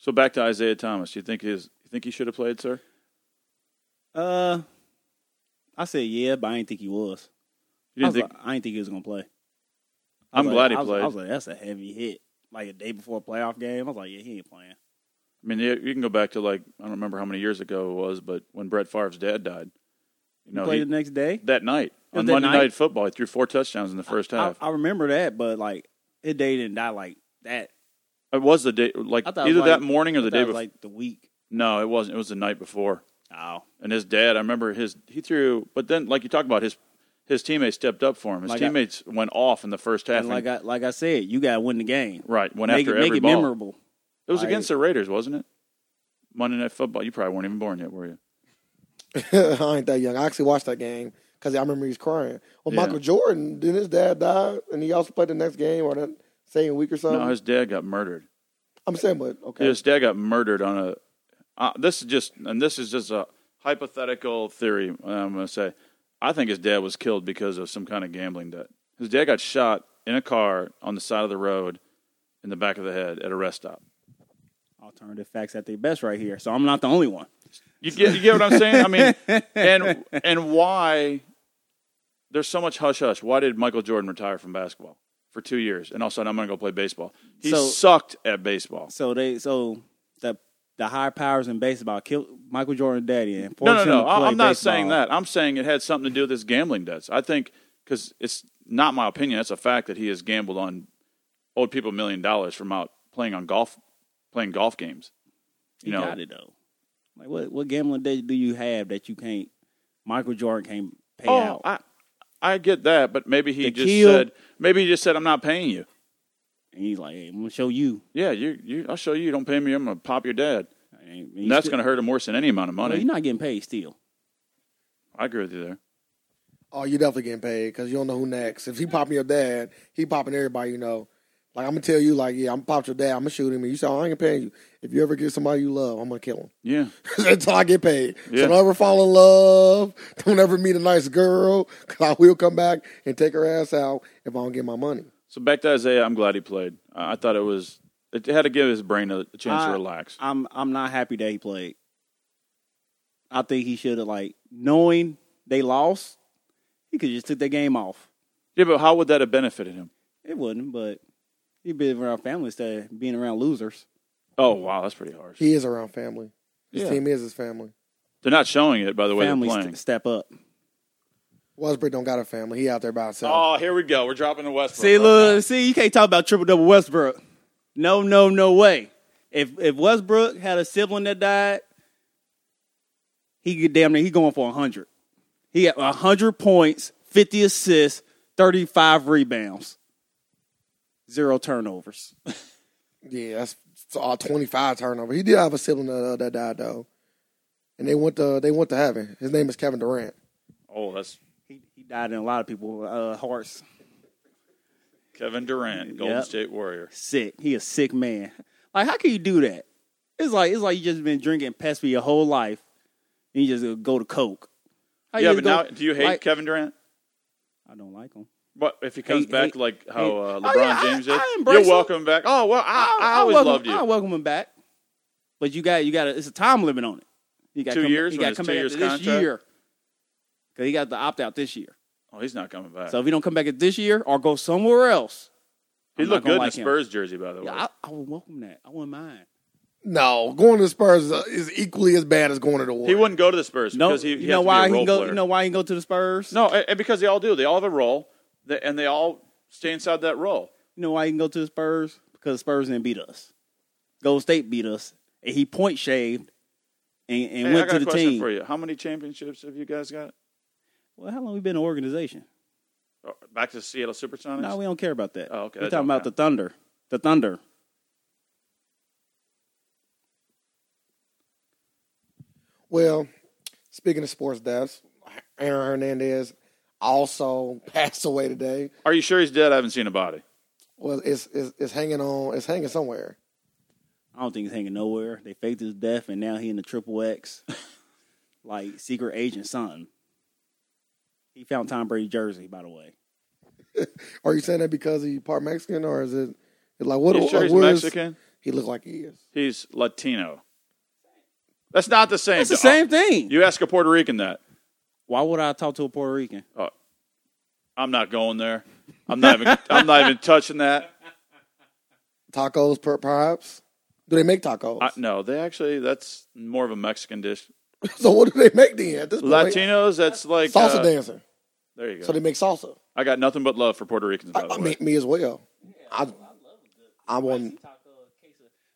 So back to Isaiah Thomas. You think his? You think he should have played, sir? uh, I said yeah, but I didn't think he was. I, You didn't was think? like- I didn't think he was gonna play. I I'm was glad like- he I was- played. I was like, that's a heavy hit. Like a day before a playoff game, I was like, yeah, he ain't playing. I mean, you you can go back to like I don't remember how many years ago it was, but when Brett Favre's dad died, you He know, played he- the next day. that night Oh, on that Monday night? night? Football, he threw four touchdowns in the first I, half. I remember that, but like his day didn't die like that. It was the day, like I either thought it was that like- morning or the That day was before. like the week. no, it wasn't. It was the night before. Oh, And his dad, I remember his. He threw, but then like you talk about his, his teammates stepped up for him. His Like I- teammates went off in the first and half. and- like I like I said, you gotta win the game. right, went make after it, make every it ball. memorable. It was Like- against the Raiders, wasn't it? Monday Night Football. You probably weren't even born yet, were you? I ain't that young. I actually watched that game because I remember he was crying. Well, Yeah. Michael Jordan didn't his dad die, and he also played the next game or that same week or something. No, his dad got murdered. I'm saying, but okay, His dad got murdered on a. Uh, this is just, and this is just a hypothetical theory. uh, I'm going to say, I think his dad was killed because of some kind of gambling debt. His dad got shot in a car on the side of the road, in the back of the head at a rest stop. Alternative facts at their best right here. So I'm not the only one. You get, you get what I'm saying? I mean, and and why? There's so much hush hush. Why did Michael Jordan retire from basketball for two years, and all of a sudden I'm going to go play baseball? He So- sucked at baseball. So they so the the high powers in baseball killed Michael Jordan daddy and No, no, forced him no. to I- play I'm not baseball. saying that. I'm saying it had something to do with his gambling debts. I think because it's not my opinion. It's a fact that he has gambled on owed people a million dollars from out playing on golf, playing golf games. You You know, got it though. Like what what gambling debt do you have that you can't Michael Jordan can't pay oh, out? I, I get that, but maybe he To just kill- said, maybe he just said, I'm not paying you. and he's like, hey, I'm gonna show you. Yeah, you, you, I'll show you. You Don't pay me. I'm gonna pop your dad. And he And that's still- gonna hurt him worse than any amount of Well, money. you're not getting paid still. I agree with you there. Oh, you definitely getting paid because you don't know who next. If he popping your dad, he popping everybody you know. Like I'm gonna tell you, like yeah, I'm pop your dad. I'm gonna shoot him. And you say oh, I ain't paying you. If you ever get somebody you love, I'm gonna kill him Yeah. until I get paid. Yeah. So don't ever fall in love. Don't ever meet a nice girl because I will come back and take her ass out if I don't get my money. So back to Isaiah. I'm glad he played. I I thought it was it had to give his brain a, a chance to I- relax. I'm I'm not happy that he played. I think he should have like knowing they lost, he could just took that game off. Yeah, but how would that have benefited him? It wouldn't, but he'd been around family instead of being around losers. Oh wow, that's pretty harsh. He is around family. His Yeah. team is his family. They're not showing it by the way Families they're st- playing. step up. Westbrook don't got a family. He out there by himself. Oh, here we go. We're dropping the Westbrook. See, right look, see, you can't talk about triple double Westbrook. No, no, no way. If if Westbrook had a sibling that died, he could damn near he going for hundred. He got hundred points, fifty assists, thirty five rebounds, zero turnovers. Oh. Yeah, that's it's all twenty five turnover. He did have a sibling that, uh, that died though, and they went to they went to heaven. His name is Kevin Durant. now. Oh, that's He he died in a lot of people uh, hearts. Kevin Durant, Golden Yep. State Warrior. Sick. He a sick man. Like how can you do that? It's like it's like you just been drinking pest for your whole life, and you just go to coke. How you yeah, just but go- now do you hate like- Kevin Durant? I don't like him. But if he comes Hate- back hate- like how uh, LeBron Oh, yeah, I- James did, I embrace you're him. welcome back. Oh well, I, I, always welcome, loved you. I welcome him back, but you got you got it's a time limit on it. You got Two years? You got When to it's come two back years after this contract? year because he got the opt out this year. oh, he's not coming back. So if he don't come back at this year or go somewhere else, he I'm not looked gonna good like in him. a Spurs jersey, by the way. yeah, I, I would welcome that. I wouldn't mind. No, going to the Spurs is, uh, is equally as bad as going to the he Warriors. wouldn't go to the Spurs No, because he, he you has know to be why a he role can go. player. You know why he can go to the Spurs? No, and, and because they all do. They all have a role, th- and they all stay inside that role. You know why he can go to the Spurs? Because the Spurs didn't beat us. Gold State beat us, and he point shaved and, and Hey, I went to got a the question team. for you. How many championships have you guys got? Well, how long we been an organization? Oh, Back to Seattle Supersonics. No, we don't care about that. Oh, okay, We're that talking don't about the Thunder. The Thunder. Well, speaking of sports deaths, Aaron Hernandez also passed away today. Are you sure he's dead? I haven't seen a body. Well, it's it's, it's hanging on. It's hanging somewhere. I don't think he's hanging nowhere. They faked his death, and now he in the triple X, like secret agent something. He found Tom Brady jersey, by the way. Are you saying that because he's part Mexican or is it? It's like what? you sure uh, he's where is- Mexican? He looked like he is. He's Latino. That's not the same. It's the dog. same thing. You ask a Puerto Rican that. Why would I talk to a Puerto Rican? I'm not going there. I'm not even. I'm not even touching that. Tacos, per, perhaps. Do they make tacos? I, no, they actually. That's more of a Mexican dish. so what do they make then? At this point, Latinos. That's like salsa uh, dancer. There you So go. they make salsa. I got nothing but love for Puerto Ricans. By I, the I way, mean, me as well. I, I want.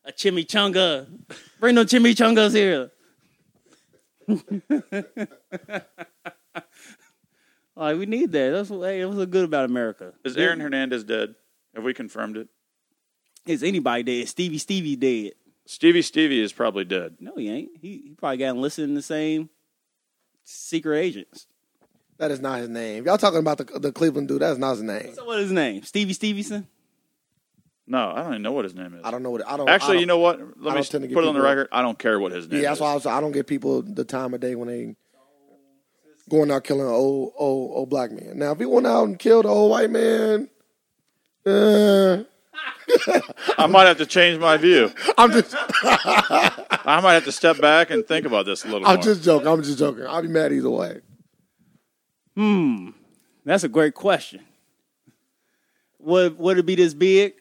A chimichanga. Bring no chimichangas here. like we need that. That's what. Hey, that's what's good about America. is Aaron Hernandez dead? Have we confirmed it? Is anybody dead? Is Stevie Stevie dead? Stevie Stevie is probably dead. No, he ain't. He, he probably got enlisted in the same secret agents. That is not his name. Y'all talking about the the Cleveland dude? That's not his name. So what is his name? Stevie Stevenson? No, I don't even know what his name is. I don't know what I don't. Oh, I Actually, don't- you know what? Let don't me tend to get put it on the people- record. I don't care what his name Yeah, that's is. why I, was, I don't get people the time of day when they going out killing an old old old black man. Now, if he went out and killed an old white man, uh, I might have to change my view. I'm just I might have to step back and think about this a little I'm more. just joking. I'm just joking. I'll be mad either way. Hmm. That's a great question. Would would it be this big?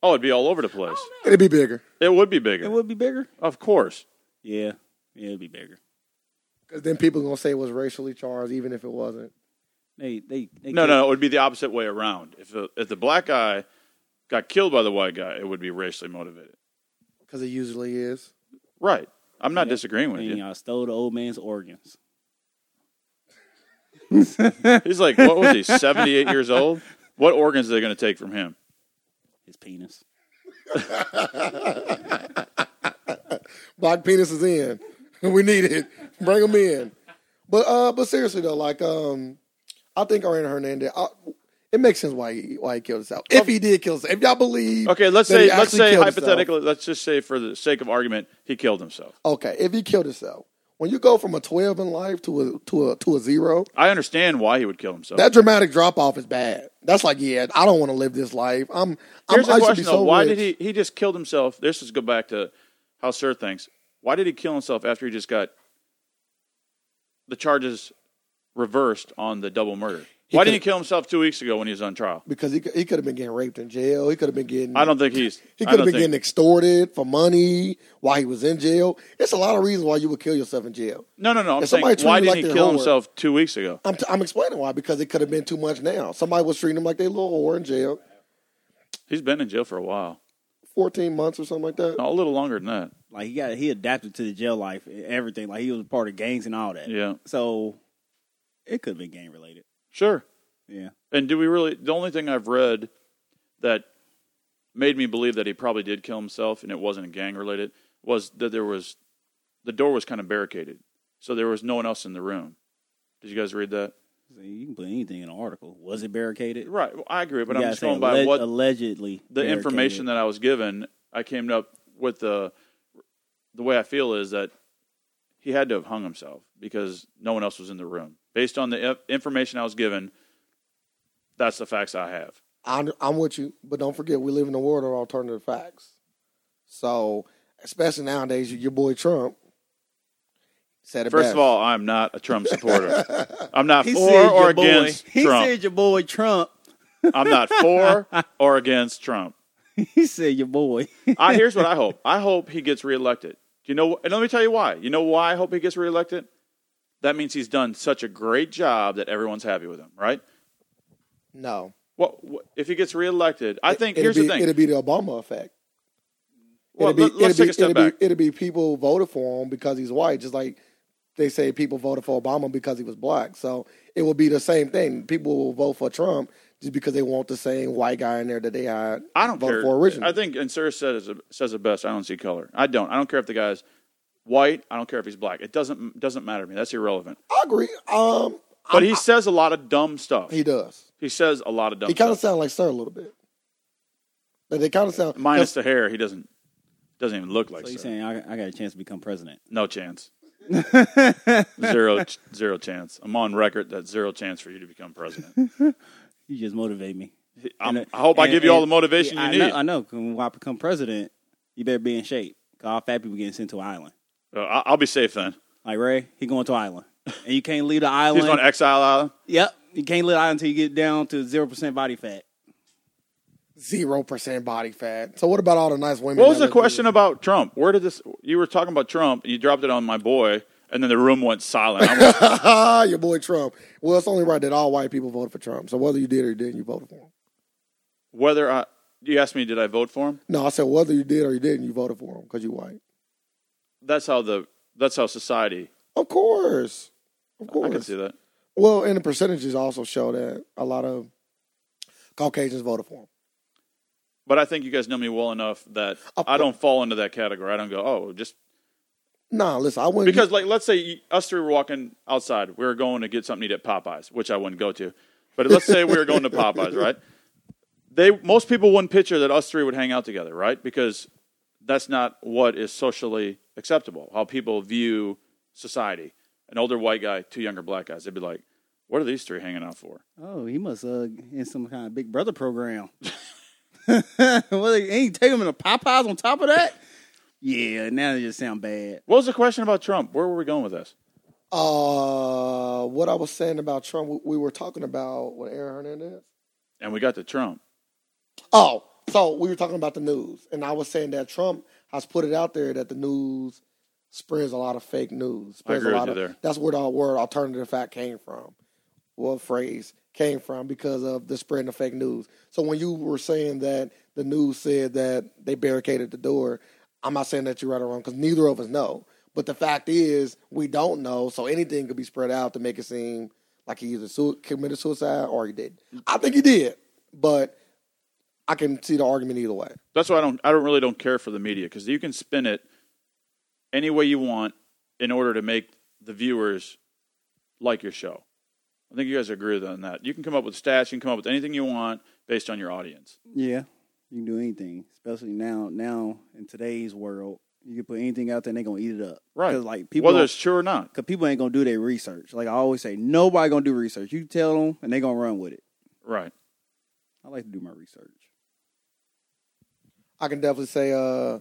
oh, it'd be all over the place. It'd be bigger It would be It bigger, would be bigger. of course. Yeah. Yeah, it'd be bigger. because then people gonna say it was racially charged, even if it wasn't. They they, they No, can't- no, it would be the opposite way around. If the, if the black guy got killed by the white guy, it would be racially motivated. Because it usually is. Right. I'm not disagreeing with And you. y'all uh, stole the old man's organs. He's like, what was he, 78 years old? What organs are they going to take from him? His penis. Black penis is in. We need it. Bring them in. But uh, but seriously though, like um, I think Arena Hernandez. I, it makes sense why he, why he killed himself. If he did kill himself, if y'all believe. Okay, let's that he say let's actually say killed himself. hypothetically, let's just say for the sake of argument, he killed himself. Okay, if he killed himself, when you go from a twelve in life to a to a to a zero, I understand why he would kill himself. that dramatic drop off is bad. That's like, yeah, I don't want to live this life. I'm. I'm Here's the I should question be though: so Why rich. did he? He just killed himself. This is go back to how Sir thinks. Why did he kill himself after he just got the charges reversed on the double murder? why didn't he kill himself two weeks ago when he was on trial? Because he could- he could have been getting raped in jail. He could have been getting. I don't think he's. He I could have don't been think- getting extorted for money while he was in jail. It's a lot of reasons why you would kill yourself in jail. No, no, no. I'm If somebody treated saying, why you didn't like he their kill whore- himself two weeks ago? I'm, t- I'm explaining why because it could have been too much now. Somebody was treating him like they little whore in jail, He's been in jail for a while, 14 months or something like that. No, a little longer than that. Like he got he adapted to the jail life, and everything. Like he was a part of gangs and all that. Yeah, So it could have been gang related. sure. Yeah. And do we really? The only thing I've read that made me believe that he probably did kill himself and it wasn't gang related was that there was the door was kind of barricaded, so there was no one else in the room. Did you guys read that? So you can put anything in an article. Was it barricaded? Right. Well, I agree, but You I'm gotta just say going by alle- what allegedly the information that I was given. I came up with the the way I feel is that he had to have hung himself because no one else was in the room. Based on the i- information I was given, that's the facts I have. I'm, I'm with you, but don't forget we live in a world of alternative facts. So, especially nowadays, your boy Trump said it First best. of all, I'm not a Trump supporter. I'm not He for said or your boy- against He Trump. said your boy Trump. I'm not for or against Trump. He said your boy. I, here's what I hope. I hope he gets reelected. Do you know? And let me tell you why. You know why I hope he gets reelected? That means he's done such a great job that everyone's happy with him, right? no, What, what if he gets reelected? I think It'll here's be, the thing. it'll be the Obama effect. Well, it'll be, let, us it'll take be- a step it'll back. Be, it'll be people voted for him because he's white, just like they say people voted for Obama because he was black. So it will be the same thing. People will vote for Trump just because they want the same white guy in there that they had. I don't voted care. for originally. I think and Sir says it- says it best. I don't see color. I don't. I don't care if the guy's white. I don't care if he's black. It doesn't doesn't matter to me. That's irrelevant. I agree. Um, But he says a lot of dumb stuff. he He, does. says a lot of dumb He kind of stuff. sounds like Sir a little bit. Like they kind of sound Minus the hair, he doesn't doesn't even look like. so you Sir. saying I, I got a chance to become president? No chance. zero ch- zero chance. I'm on record that zero chance for you to become president. You just motivate me. I'm, And, uh, I hope I and- give you all the and- motivation yeah, you I need. Know, I know. 'cause When I become president, you better be in shape. 'Cause all fat people getting sent to island. Uh, I- I'll be safe then. Like Ray, he going to island, and you can't leave the He's island. going to exile island. yep, you can't leave the island until you get down to zero percent body fat. zero percent body fat. So what about all the nice women? What was that the live here? question about Trump? Where did this? You were talking about Trump, and you dropped it on my boy, and then the room went silent. I was- Ah, your boy Trump. Well, it's only right that all white people voted for Trump. So whether you did or you didn't, you voted for him. whether I, you asked me, did I vote for him? No, I said whether you did or you didn't, you voted for him because you white. That's how the. That's how society. Of course, of I can course. see that. Well, and the percentages also show that a lot of Caucasians voted for him. But I think you guys know me well enough that Of I don't fall into that category. I don't go, oh, just Nah, listen, I wouldn't because, like, let's say you- us three were walking outside. We were going to get something to eat at Popeyes, which I wouldn't go to. But let's say we were going to Popeyes, right? They most people wouldn't picture that us three would hang out together, right? Because that's not what is socially acceptable. How people view society. An older white guy, two younger black guys, they'd be like, "What are these three hanging out for?" Oh, he must uh in some kind of Big Brother program. well, they ain't take him in the Popeyes on top of that. Yeah, now they just sound bad. What was the question about Trump? Where were we going with this? Uh, what I was saying about Trump, we- we were talking about what Aaron Hernandez. And we got to Trump. Oh, so we were talking about the news, and I was saying that Trump has put it out there that the news spreads a lot of fake news. I Spreads agree a with lot you of, there. That's where the word alternative fact came from. What phrase came from because of the spreading of fake news. So when you were saying that the news said that they barricaded the door, I'm not saying that you're right or wrong because neither of us know. But the fact is, we don't know, so anything could be spread out to make it seem like he either su- committed suicide or he did. I think he did, but I can see the argument either way. That's why I don't I don't really don't care for the media because you can spin it any way you want in order to make the viewers like your show. I think you guys agree with on that. You can come up with stats, you can come up with anything you want based on your audience. Yeah, you can do anything, especially now. Now in today's world, you can put anything out there, and they're gonna eat it up. Right. Because like people, Whether it's true or not. cause people ain't gonna do their research. Like I always say, nobody gonna do research. You tell them, and they gonna run with it. Right. I like to do my research. I can definitely say uh,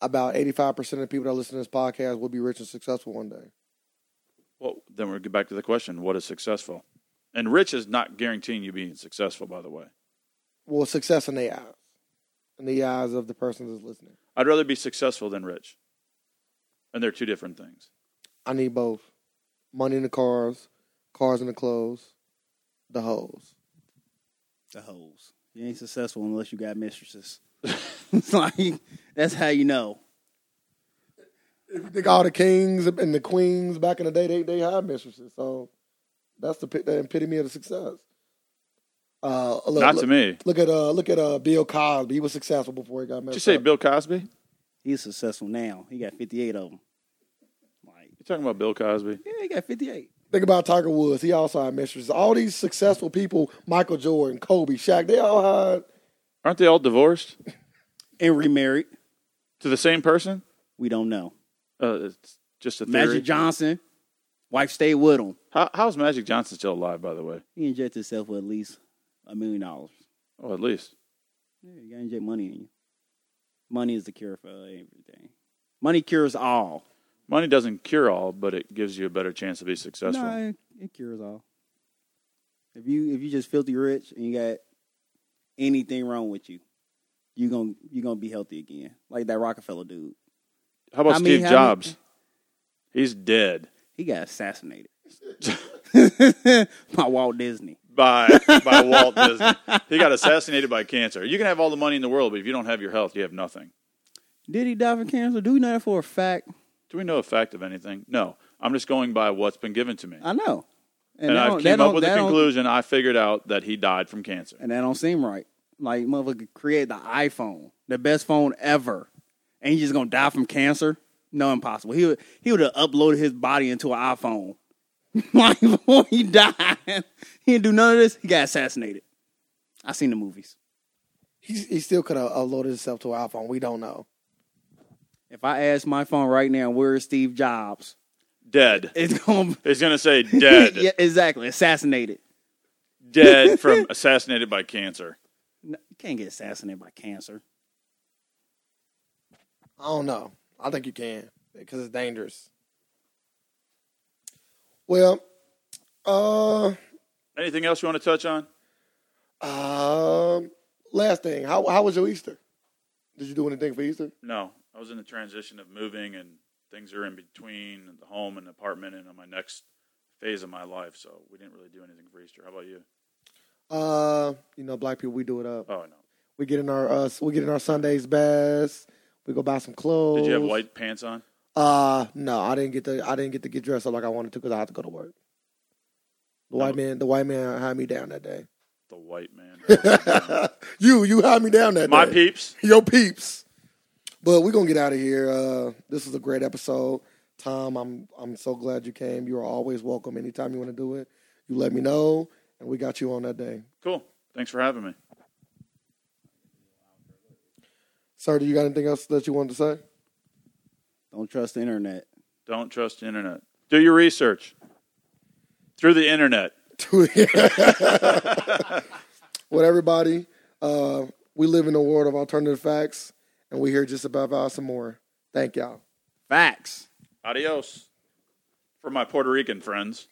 about 85% of the people that listen to this podcast will be rich and successful one day. Well, then we'll get back to the question what is successful? And rich is not guaranteeing you being successful, by the way. Well, success in their eyes, in the eyes of the person that's listening. I'd rather be successful than rich. And they're two different things. I need both money in the cars, cars in the clothes, the hoes. The hoes. You ain't successful unless you got mistresses. it's like that's how you know. If you think all the kings and the queens back in the day, they they had mistresses. So that's the, pi- the epitome of the success. Uh, look, not look, to me. Look at uh, look at uh, Bill Cosby. He was successful before he got married. Did you say Bill Cosby? You He's successful now. He got fifty eight of them. Like talking about Bill Cosby? yeah, he got fifty eight. Think about Tiger Woods. He also had mistresses. All these successful people, Michael Jordan, Kobe, Shaq, they all had. Aren't they all divorced And remarried. to the same person? We don't know. Uh, it's just a theory. Magic Johnson, wife stayed with him. How, how's Magic Johnson still alive, by the way? He injected himself with at least a million dollars. Oh, at least. Yeah, you gotta inject money in you. Money is the cure for everything. Money cures all. Money doesn't cure all, but it gives you a better chance to be successful. No, it, it cures all. If you if you just filthy rich and you got anything wrong with you, you gonna you gonna be healthy again, like that Rockefeller dude. How about I mean, Steve how many- Jobs? He's dead He got assassinated by Walt Disney. by by Walt Disney. He got assassinated by cancer. You can have all the money in the world, but if you don't have your health, you have nothing. Did he die from cancer? Do we know that for a fact? Do we know a fact of anything? No. I'm just going by what's been given to me. I know, and Uh, that I don't- that came up don't- with a that don't- conclusion. I figured out that he died from cancer. and that don't seem right. Like motherfucker, create the iPhone, the best phone ever, and you just gonna die from cancer? No, impossible. He would he would have uploaded his body into an iPhone. like before he died, he didn't do none of this. He got assassinated. I seen the movies. He he still could have uploaded himself to an iPhone. We don't know. If I ask my phone right now, where is Steve Jobs? Dead. It's gonna It's going to say dead. yeah, exactly assassinated. Dead from assassinated by cancer. No, you can't get assassinated by cancer. I don't know. I think you can because it's dangerous. Well, uh, Anything else you want to touch on? um, last thing. How how was your Easter? Did you do anything for Easter? No. I was in the transition of moving and things are in between the home and apartment and on my next phase of my life. So we didn't really do anything for Easter. How about you? Uh, you know, black people, we do it up. Oh, no. We get in our uh, we get in our Sundays best. We go buy some clothes. Did you have white pants on? Uh, no, I didn't get to. I didn't get to get dressed up like I wanted to because I had to go to work. The white man, the white man had me down that day. The white man. you, you had me down that my day. peeps. Yo peeps. But we're gonna get out of here. Uh, this was a great episode. Tom, I'm I'm so glad you came. You are always welcome. Anytime you want to do it, you let me know, and we got you on that day. Cool. Thanks for having me. Sir, do you got anything else that you wanted to say? Don't trust the internet. Don't trust the internet. Do your research through the internet. well, everybody, uh, we live in a world of alternative facts, and we hear just about us some more. Thank y'all. Facts. Adios. For my Puerto Rican friends.